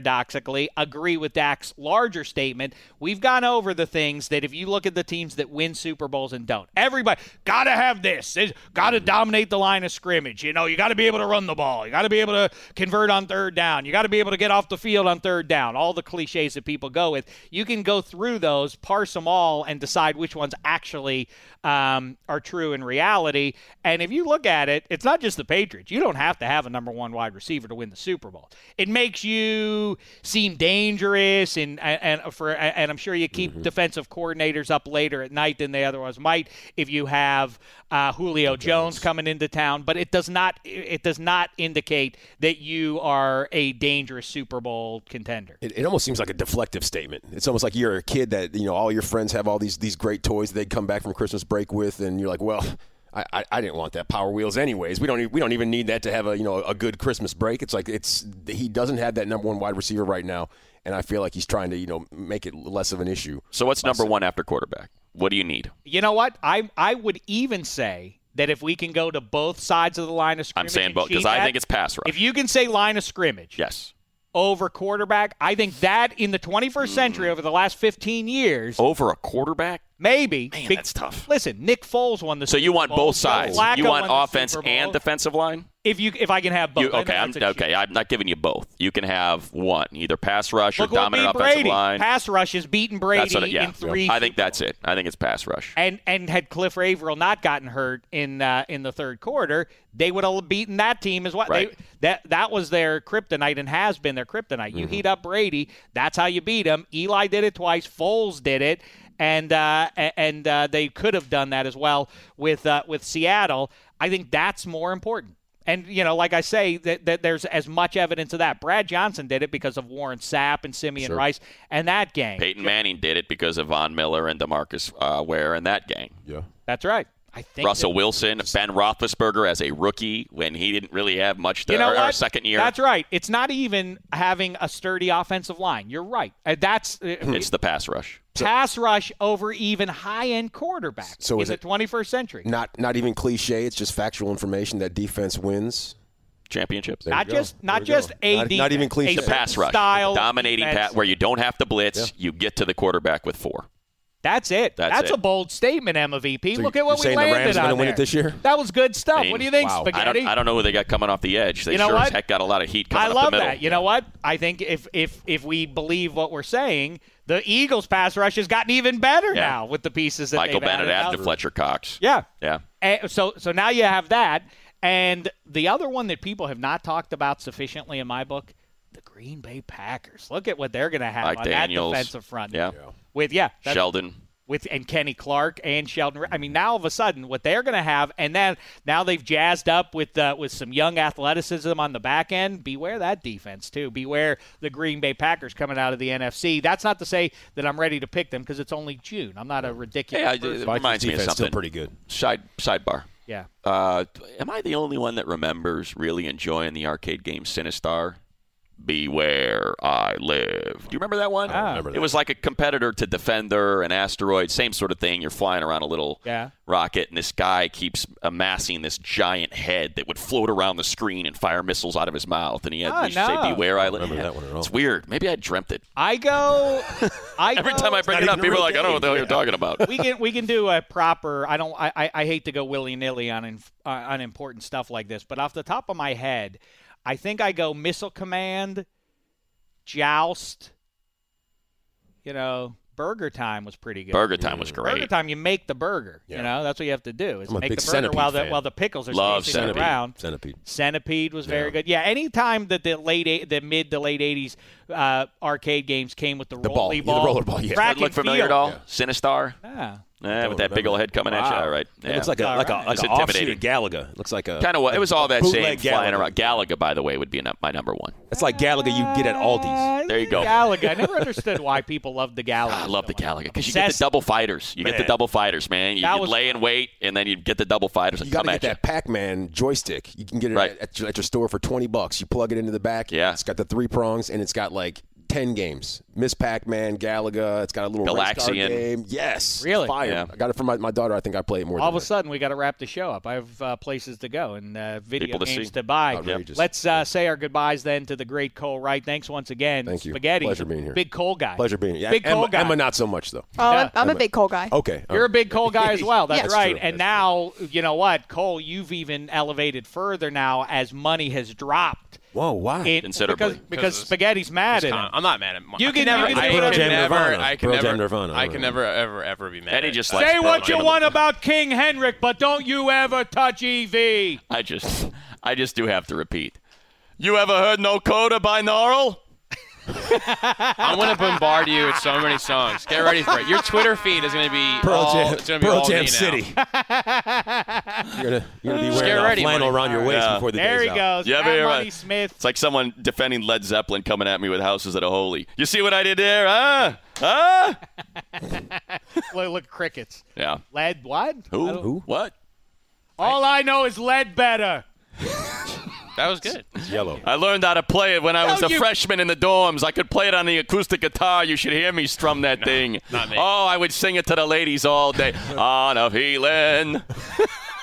S1: paradoxically, agree with Dak's larger statement. We've gone over the things that if you look at the teams that win Super Bowls and don't, everybody got to have this. Got to dominate the line of scrimmage. You know, you got to be able to run the ball. You got to be able to convert on third down. You got to be able to get off the field on third down. All the cliches that people go with. You can go through those, parse them all, and decide which ones actually um, are true in reality. And if you look at it, it's not just the Patriots. You don't have to have a number one wide receiver to win the Super Bowl. It makes you seem dangerous, and and, and for and I'm sure you keep defensive coordinators up later at night than they otherwise might if you have uh, Julio Jones coming into town. But it does not it does not indicate that you are a dangerous Super Bowl contender.
S4: It, it almost seems like a deflective statement. It's almost like you're a kid that you know all your friends have all these these great toys that they come back from Christmas break with, and you're like, well. I, I, I didn't want that Power Wheels anyways. We don't e- we don't even need that to have a you know a good Christmas break. It's like it's he doesn't have that number one wide receiver right now, and I feel like he's trying to you know make it less of an issue.
S5: So what's number one after quarterback? What do you need?
S1: You know what? I I would even say that if we can go to both sides of the line of scrimmage,
S5: I'm saying
S1: and
S5: both because
S1: cheat
S5: I
S1: at-
S5: think it's pass rush.
S1: if you can say line of scrimmage
S5: yes.
S1: over quarterback, I think that in the 21st century over the last 15 years,
S5: Over a quarterback?
S1: maybe
S5: Oh, Man,
S1: be-
S5: that's tough.
S1: Listen, Nick Foles won the.
S5: So you
S1: Super
S5: want
S1: Bowl.
S5: both sides.
S1: Flacco
S5: You
S1: won
S5: want
S1: the
S5: offense
S1: Super Bowl.
S5: and defensive line?
S1: If you if I can have both,
S5: You,
S1: I know
S5: okay, I'm,
S1: that's a cheat.
S5: okay. I'm not giving you both. You can have one, either pass rush
S1: Look
S5: or
S1: what
S5: dominant
S1: beat
S5: offensive
S1: Brady.
S5: line.
S1: Pass rush is beating
S5: that's
S1: Brady
S5: what. it- Yeah,
S1: in three.
S5: I think that's it. I think it's pass rush.
S1: and and had Cliff Averill not gotten hurt in uh, in the third quarter, they would have beaten that team as well. They,
S5: Right.
S1: that that was their kryptonite and has been their kryptonite.
S5: Mm-hmm.
S1: You heat up Brady, that's how you beat him. Eli did it twice. Foles did it, and uh, a- and uh, they could have done that as well with uh, with Seattle. I think that's more important. And you know, like I say, that, that there's as much evidence of that. Brad Johnson did it because of Warren Sapp and Simeon Rice and that gang.
S5: Peyton Manning did it because of Von Miller and Demarcus uh, Ware and that gang.
S4: Yeah,
S1: That's right. I think
S5: Russell Wilson, Ben Roethlisberger as a rookie when he didn't really have much to
S1: you know
S5: or, or
S1: what?
S5: second year.
S1: That's right. It's not even having a sturdy offensive line. You're right. Uh, That's uh,
S5: It's the pass rush.
S1: pass rush over even high end quarterbacks
S4: So
S1: in
S4: is
S1: the
S4: it-
S1: 21st century.
S4: not not even cliche. It's just factual information that defense wins.
S5: Championships.
S1: not
S4: you go.
S1: just not
S4: There we go.
S1: just a
S4: Not-
S1: defense,
S4: not even cliche.
S1: a
S4: The
S5: the pass
S1: certain
S5: rush.
S1: style
S5: Dominating
S1: defense.
S5: pass where you don't have to blitz, you get to the quarterback with four.
S1: That's it.
S5: That's it.
S1: a bold statement, MVP.
S4: So
S1: Look
S4: you're-
S1: at what
S4: you're
S1: we
S4: saying the
S1: landed
S4: Rams
S1: on
S4: gonna win
S1: there.
S4: it this year?
S1: That was good stuff.
S5: I mean,
S1: what do you think,
S5: wow. I
S1: Spaghetti?
S5: don't, I don't know who they got coming off the edge. They
S1: You know
S5: sure as
S1: what?
S5: heck got a lot of heat
S1: I
S5: coming up
S1: love
S5: the middle.
S1: that. You know what? I think if if if we believe what we're saying, the Eagles' pass rush has gotten even better
S5: Yeah.
S1: now with the pieces that
S5: Michael
S1: they've
S5: Bennett
S1: added.
S5: after Fletcher Cox.
S1: Yeah.
S5: Yeah.
S1: And Eh, so so now you have that, and the other one that people have not talked about sufficiently in my book, the Green Bay Packers. Look at what they're going to have
S5: Mike
S1: on
S5: Daniels.
S1: that defensive front.
S5: Yeah.
S1: With yeah, that's-
S5: Sheldon.
S1: with and Kenny Clark and Sheldon. Re- I mean, now all of a sudden, what they're going to have, and then now they've jazzed up with uh, with some young athleticism on the back end. Beware that defense too. Beware the Green Bay Packers coming out of the NFC. That's not to say that I'm ready to pick them because it's only June. I'm not a ridiculous.
S5: Hey, I,
S1: person.
S5: it
S4: Vikings
S5: reminds me of
S4: defense
S5: something.
S4: still pretty good.
S5: Side, sidebar.
S1: yeah.
S5: Uh, am I the only one that remembers really enjoying the arcade game Sinistar? Beware, I live. Do you remember that one?
S4: I don't remember
S5: It
S4: that.
S5: was like a competitor to Defender and Asteroid, same sort of thing. You're flying around a little
S1: Yeah.
S5: rocket, and this guy keeps amassing this giant head that would float around the screen and fire missiles out of his mouth. And he had
S4: Ah,
S1: Oh,
S5: he used to say,
S1: no.
S5: "Beware, I live."
S4: remember that one at all.
S5: It's weird. Maybe I dreamt it.
S1: I go. I
S5: Every
S1: go-
S5: time I bring it
S4: not
S5: up,
S4: even a
S5: people are
S4: real
S5: like, "I don't know what the hell you're talking about."
S1: we can we can do a proper. I don't. I I, I hate to go willy nilly on inf- uh, on important stuff like this, but off the top of my head, I think I go missile command, joust. You know, burger time was pretty good.
S5: Burger Time was
S1: Burger
S5: great.
S1: time, you make the burger. You
S4: Yeah.
S1: know, that's what you have to do is
S4: I'm a
S1: make
S4: big
S1: the burger while
S4: centipede
S1: the
S4: fan.
S1: while the pickles are
S5: Love
S1: chasing
S5: centipede.
S1: around.
S4: Centipede.
S1: Centipede was very
S4: Yeah.
S1: good. Yeah, anytime that the late eight, the mid to late '80s uh, arcade games came with the,
S4: The ball.
S1: rolly
S4: Yeah, the roller ball, yeah.
S1: track
S5: That look
S1: and
S5: familiar
S1: field.
S5: at all?
S4: Yeah.
S5: Sinistar.
S1: Yeah.
S5: Eh, with that
S4: remember
S5: big old head coming at you.
S4: Wow.
S5: All right.
S4: It looks like a
S1: All
S4: like
S1: right.
S4: a like
S5: It's
S4: an offshoot
S5: intimidating.
S4: of Galaga. Looks like a
S5: Kind of what it was all that same
S4: bootleg
S5: flying
S4: Galaga.
S5: around. Galaga, by the way, would be in my number one.
S4: That's like Galaga you get at Aldi's.
S5: There you go.
S1: Galaga. I never understood why people loved the Galaga.
S4: Ah,
S5: I love the
S1: so much.
S5: Galaga because you get the
S1: Obsessed.
S5: double fighters. You get the
S4: Man.
S5: double fighters, man. You,
S1: That
S5: you
S1: was-
S5: lay in wait, and then you get the double fighters and
S4: You got
S5: come
S4: to
S5: at
S4: get that Pac-Man joystick. You can get it
S5: Right.
S4: at, at your, at your store for twenty bucks. You plug it into the back.
S5: Yeah.
S4: it's got the three prongs and it's got like ten games. Miss Pac-Man, Galaga. It's got a little Red Star
S5: Galaxian.
S4: game. Yes,
S1: Really?
S4: Fire.
S5: Yeah.
S4: I got it from my, my daughter. I think I play it more.
S1: All of
S4: than
S1: a sudden, we got to wrap the show up. I have uh, places to go and uh, video
S5: People to
S1: games
S5: see.
S1: to buy.
S4: Outrageous.
S1: Let's uh, say our goodbyes then to the great Cole Wright. Thanks once again.
S4: Thank you.
S1: Spaghetti.
S4: Pleasure being here.
S1: Big Cole guy.
S4: Pleasure being here. Yeah,
S1: Big
S4: Emma,
S1: Cole guy.
S4: Emma, not so much though.
S6: Oh, I'm, I'm a big Cole guy.
S5: Oh.
S4: Okay,
S1: You're a
S4: um,
S1: big Cole guy as well. That's,
S4: That's
S1: right.
S4: true.
S1: And
S4: That's
S1: now, you know what, Cole, you've even elevated further now as money has dropped.
S4: Whoa, why?
S1: It-
S5: Considerably.
S1: Because,
S2: Because
S1: because
S2: it's-
S1: Spaghetti's mad at
S2: Con-
S1: him.
S2: I'm not mad at Mike.
S1: You
S2: I
S1: can-
S2: can never,
S1: you can
S2: I
S1: say
S2: can
S1: whatever-
S2: never,
S4: Pearl Jam
S2: I can
S4: Nirvana.
S2: never,
S4: Pearl Jam Nirvana.
S2: I can never, ever, ever be mad.
S5: Eddie
S2: at
S5: just
S2: that.
S5: likes
S1: Say what you
S5: Pearl Jam.
S1: want about King Henrik, but don't you ever touch E EV.
S5: I just, I just do have to repeat. You ever heard No Coda by Gnarl?
S2: I'm gonna bombard you with so many songs. Get ready for it. Your Twitter feed is gonna be
S4: Pearl
S2: all,
S4: Jam,
S2: It's gonna be
S4: Pearl
S2: all me
S4: Jam
S2: now.
S4: City. you're gonna, you're gonna be
S2: get
S4: wearing a
S2: ready,
S4: flannel
S2: Mike.
S4: around your waist
S5: Yeah.
S4: before the
S1: There
S4: day's
S1: he
S4: out.
S1: goes.
S5: Yeah,
S1: At
S5: but you're
S1: Money
S5: right.
S1: Smith.
S5: It's like someone defending Led Zeppelin coming at me with houses that are holy. You see what I did there? Huh? Huh?
S1: look, look, crickets.
S5: Yeah.
S1: Lead what?
S5: Who?
S1: I don't-
S5: Who? What?
S1: All I know is lead better.
S2: That was good.
S4: Yellow.
S5: I learned how to play it when I was
S1: No,
S5: a
S1: you-
S5: freshman in the dorms. I could play it on the acoustic guitar. You should hear me strum that thing.
S2: not me.
S5: Oh, I would sing it to the ladies all day. on a healing.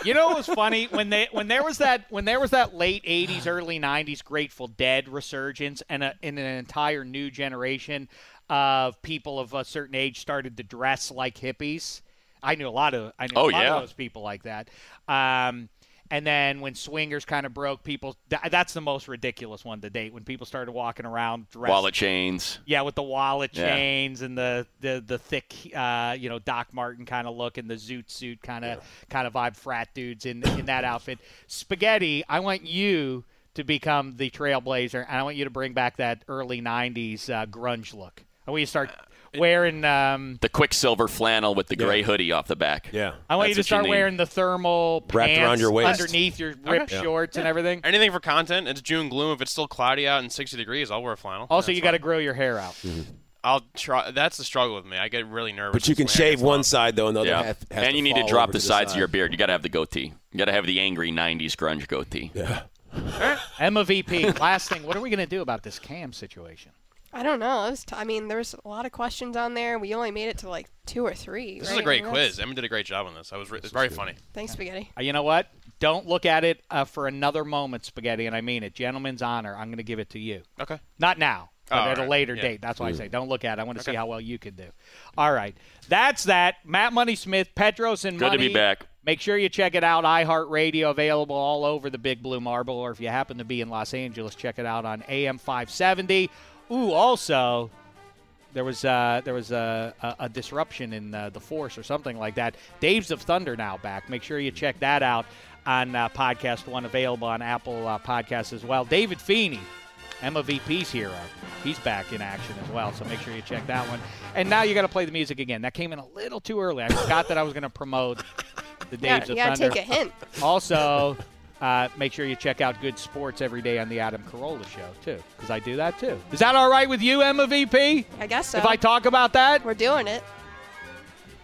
S1: You know what was funny when they when there was that when there was that late '80s, early '90s Grateful Dead resurgence, and a, and an entire new generation of people of a certain age started to dress like hippies. I knew a lot of I knew a
S5: Oh,
S1: lot
S5: yeah.
S1: of those people like that. Um, and then when swingers kind of broke, people th- that's the most ridiculous one to date when people started walking around dressed
S5: Wallet chains.
S1: Yeah, with the wallet
S5: Yeah.
S1: chains and the the the thick, uh, you know, Doc Martin kind of look and the zoot suit kind of kind of vibe, frat dudes in in that outfit. Spaghetti, I want you to become the trailblazer, and I want you to bring back that early '90s uh, grunge look. I want you to start wearing. Um,
S5: The quicksilver flannel with the gray hoodie off the back.
S4: Yeah.
S1: I want you
S5: That's
S1: to
S5: what you
S1: start
S5: need.
S1: wearing the thermal
S4: Wrapped
S1: pants
S4: around your waist.
S1: underneath your ripped shorts and everything.
S2: Anything for content? It's June gloom. If it's still cloudy out and 60 degrees, I'll wear a flannel.
S1: Also,
S2: That's
S1: you got to
S2: fine.
S1: grow your hair out.
S2: I'll try. That's the struggle with me. I get really nervous.
S4: But you
S2: with
S4: can
S2: my
S4: shave
S2: haircuts.
S4: one side though, and the other
S5: Yeah.
S4: half. Has
S5: and you need to
S4: fall
S5: drop
S4: over
S5: the
S4: to
S5: sides
S4: side.
S5: of your beard. You got to have the goatee. You got to have the angry 90s grunge goatee.
S1: Emma VP. Last thing, what are we going to do about this cam situation?
S6: I don't know. It was t- I mean, there was a lot of questions on there. We only made it to like two or three.
S2: This
S6: right?
S2: is a great
S6: That's-
S2: quiz. Emma did a great job on this. I was. Re- it's very funny.
S6: Thanks, Spaghetti.
S1: Uh, You know what? Don't look at it uh, for another moment, Spaghetti, and I mean it. Gentleman's honor. I'm going to give it to you.
S2: Okay.
S1: Not now, but
S2: Oh,
S1: at a
S2: alright.
S1: later
S2: Yeah.
S1: date. That's why I say don't look at it. I want to see how well you can do. All right. That's that. Matt Money Smith, Petros and
S5: Good to be
S1: Money.
S5: back.
S1: Make sure you check it out. iHeartRadio available all over the Big Blue Marble, or if you happen to be in Los Angeles, check it out on AM 570. Ooh, also, there was uh, there was a, a, a disruption in uh, the force or something like that. Dave's of Thunder now back. Make sure you check that out on uh, podcast one available on Apple uh, Podcasts as well. David Feeney, Emma VP's hero, he's back in action as well. So make sure you check that one. And now you got to play the music again. That came in a little too early. I forgot that I was going to promote the
S6: Yeah,
S1: Dave's
S6: you
S1: of
S6: gotta
S1: Thunder.
S6: take a hint.
S1: Also, uh, make sure you check out Good Sports every day on the Adam Carolla Show too, because I do that too. Is that all right with you, Emma VP?
S6: I guess so.
S1: If I talk about that,
S6: We're doing it.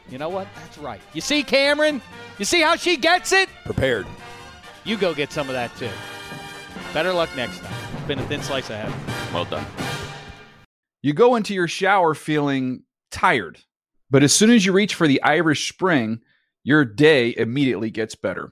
S1: you know what? That's right. You see, Cameron? You see how she gets it?
S4: prepared.
S1: You go get some of that too. Better luck next time. It's been a thin slice of heaven.
S5: Well done.
S8: You go into your shower feeling tired, but as soon as you reach for the Irish Spring, your day immediately gets better.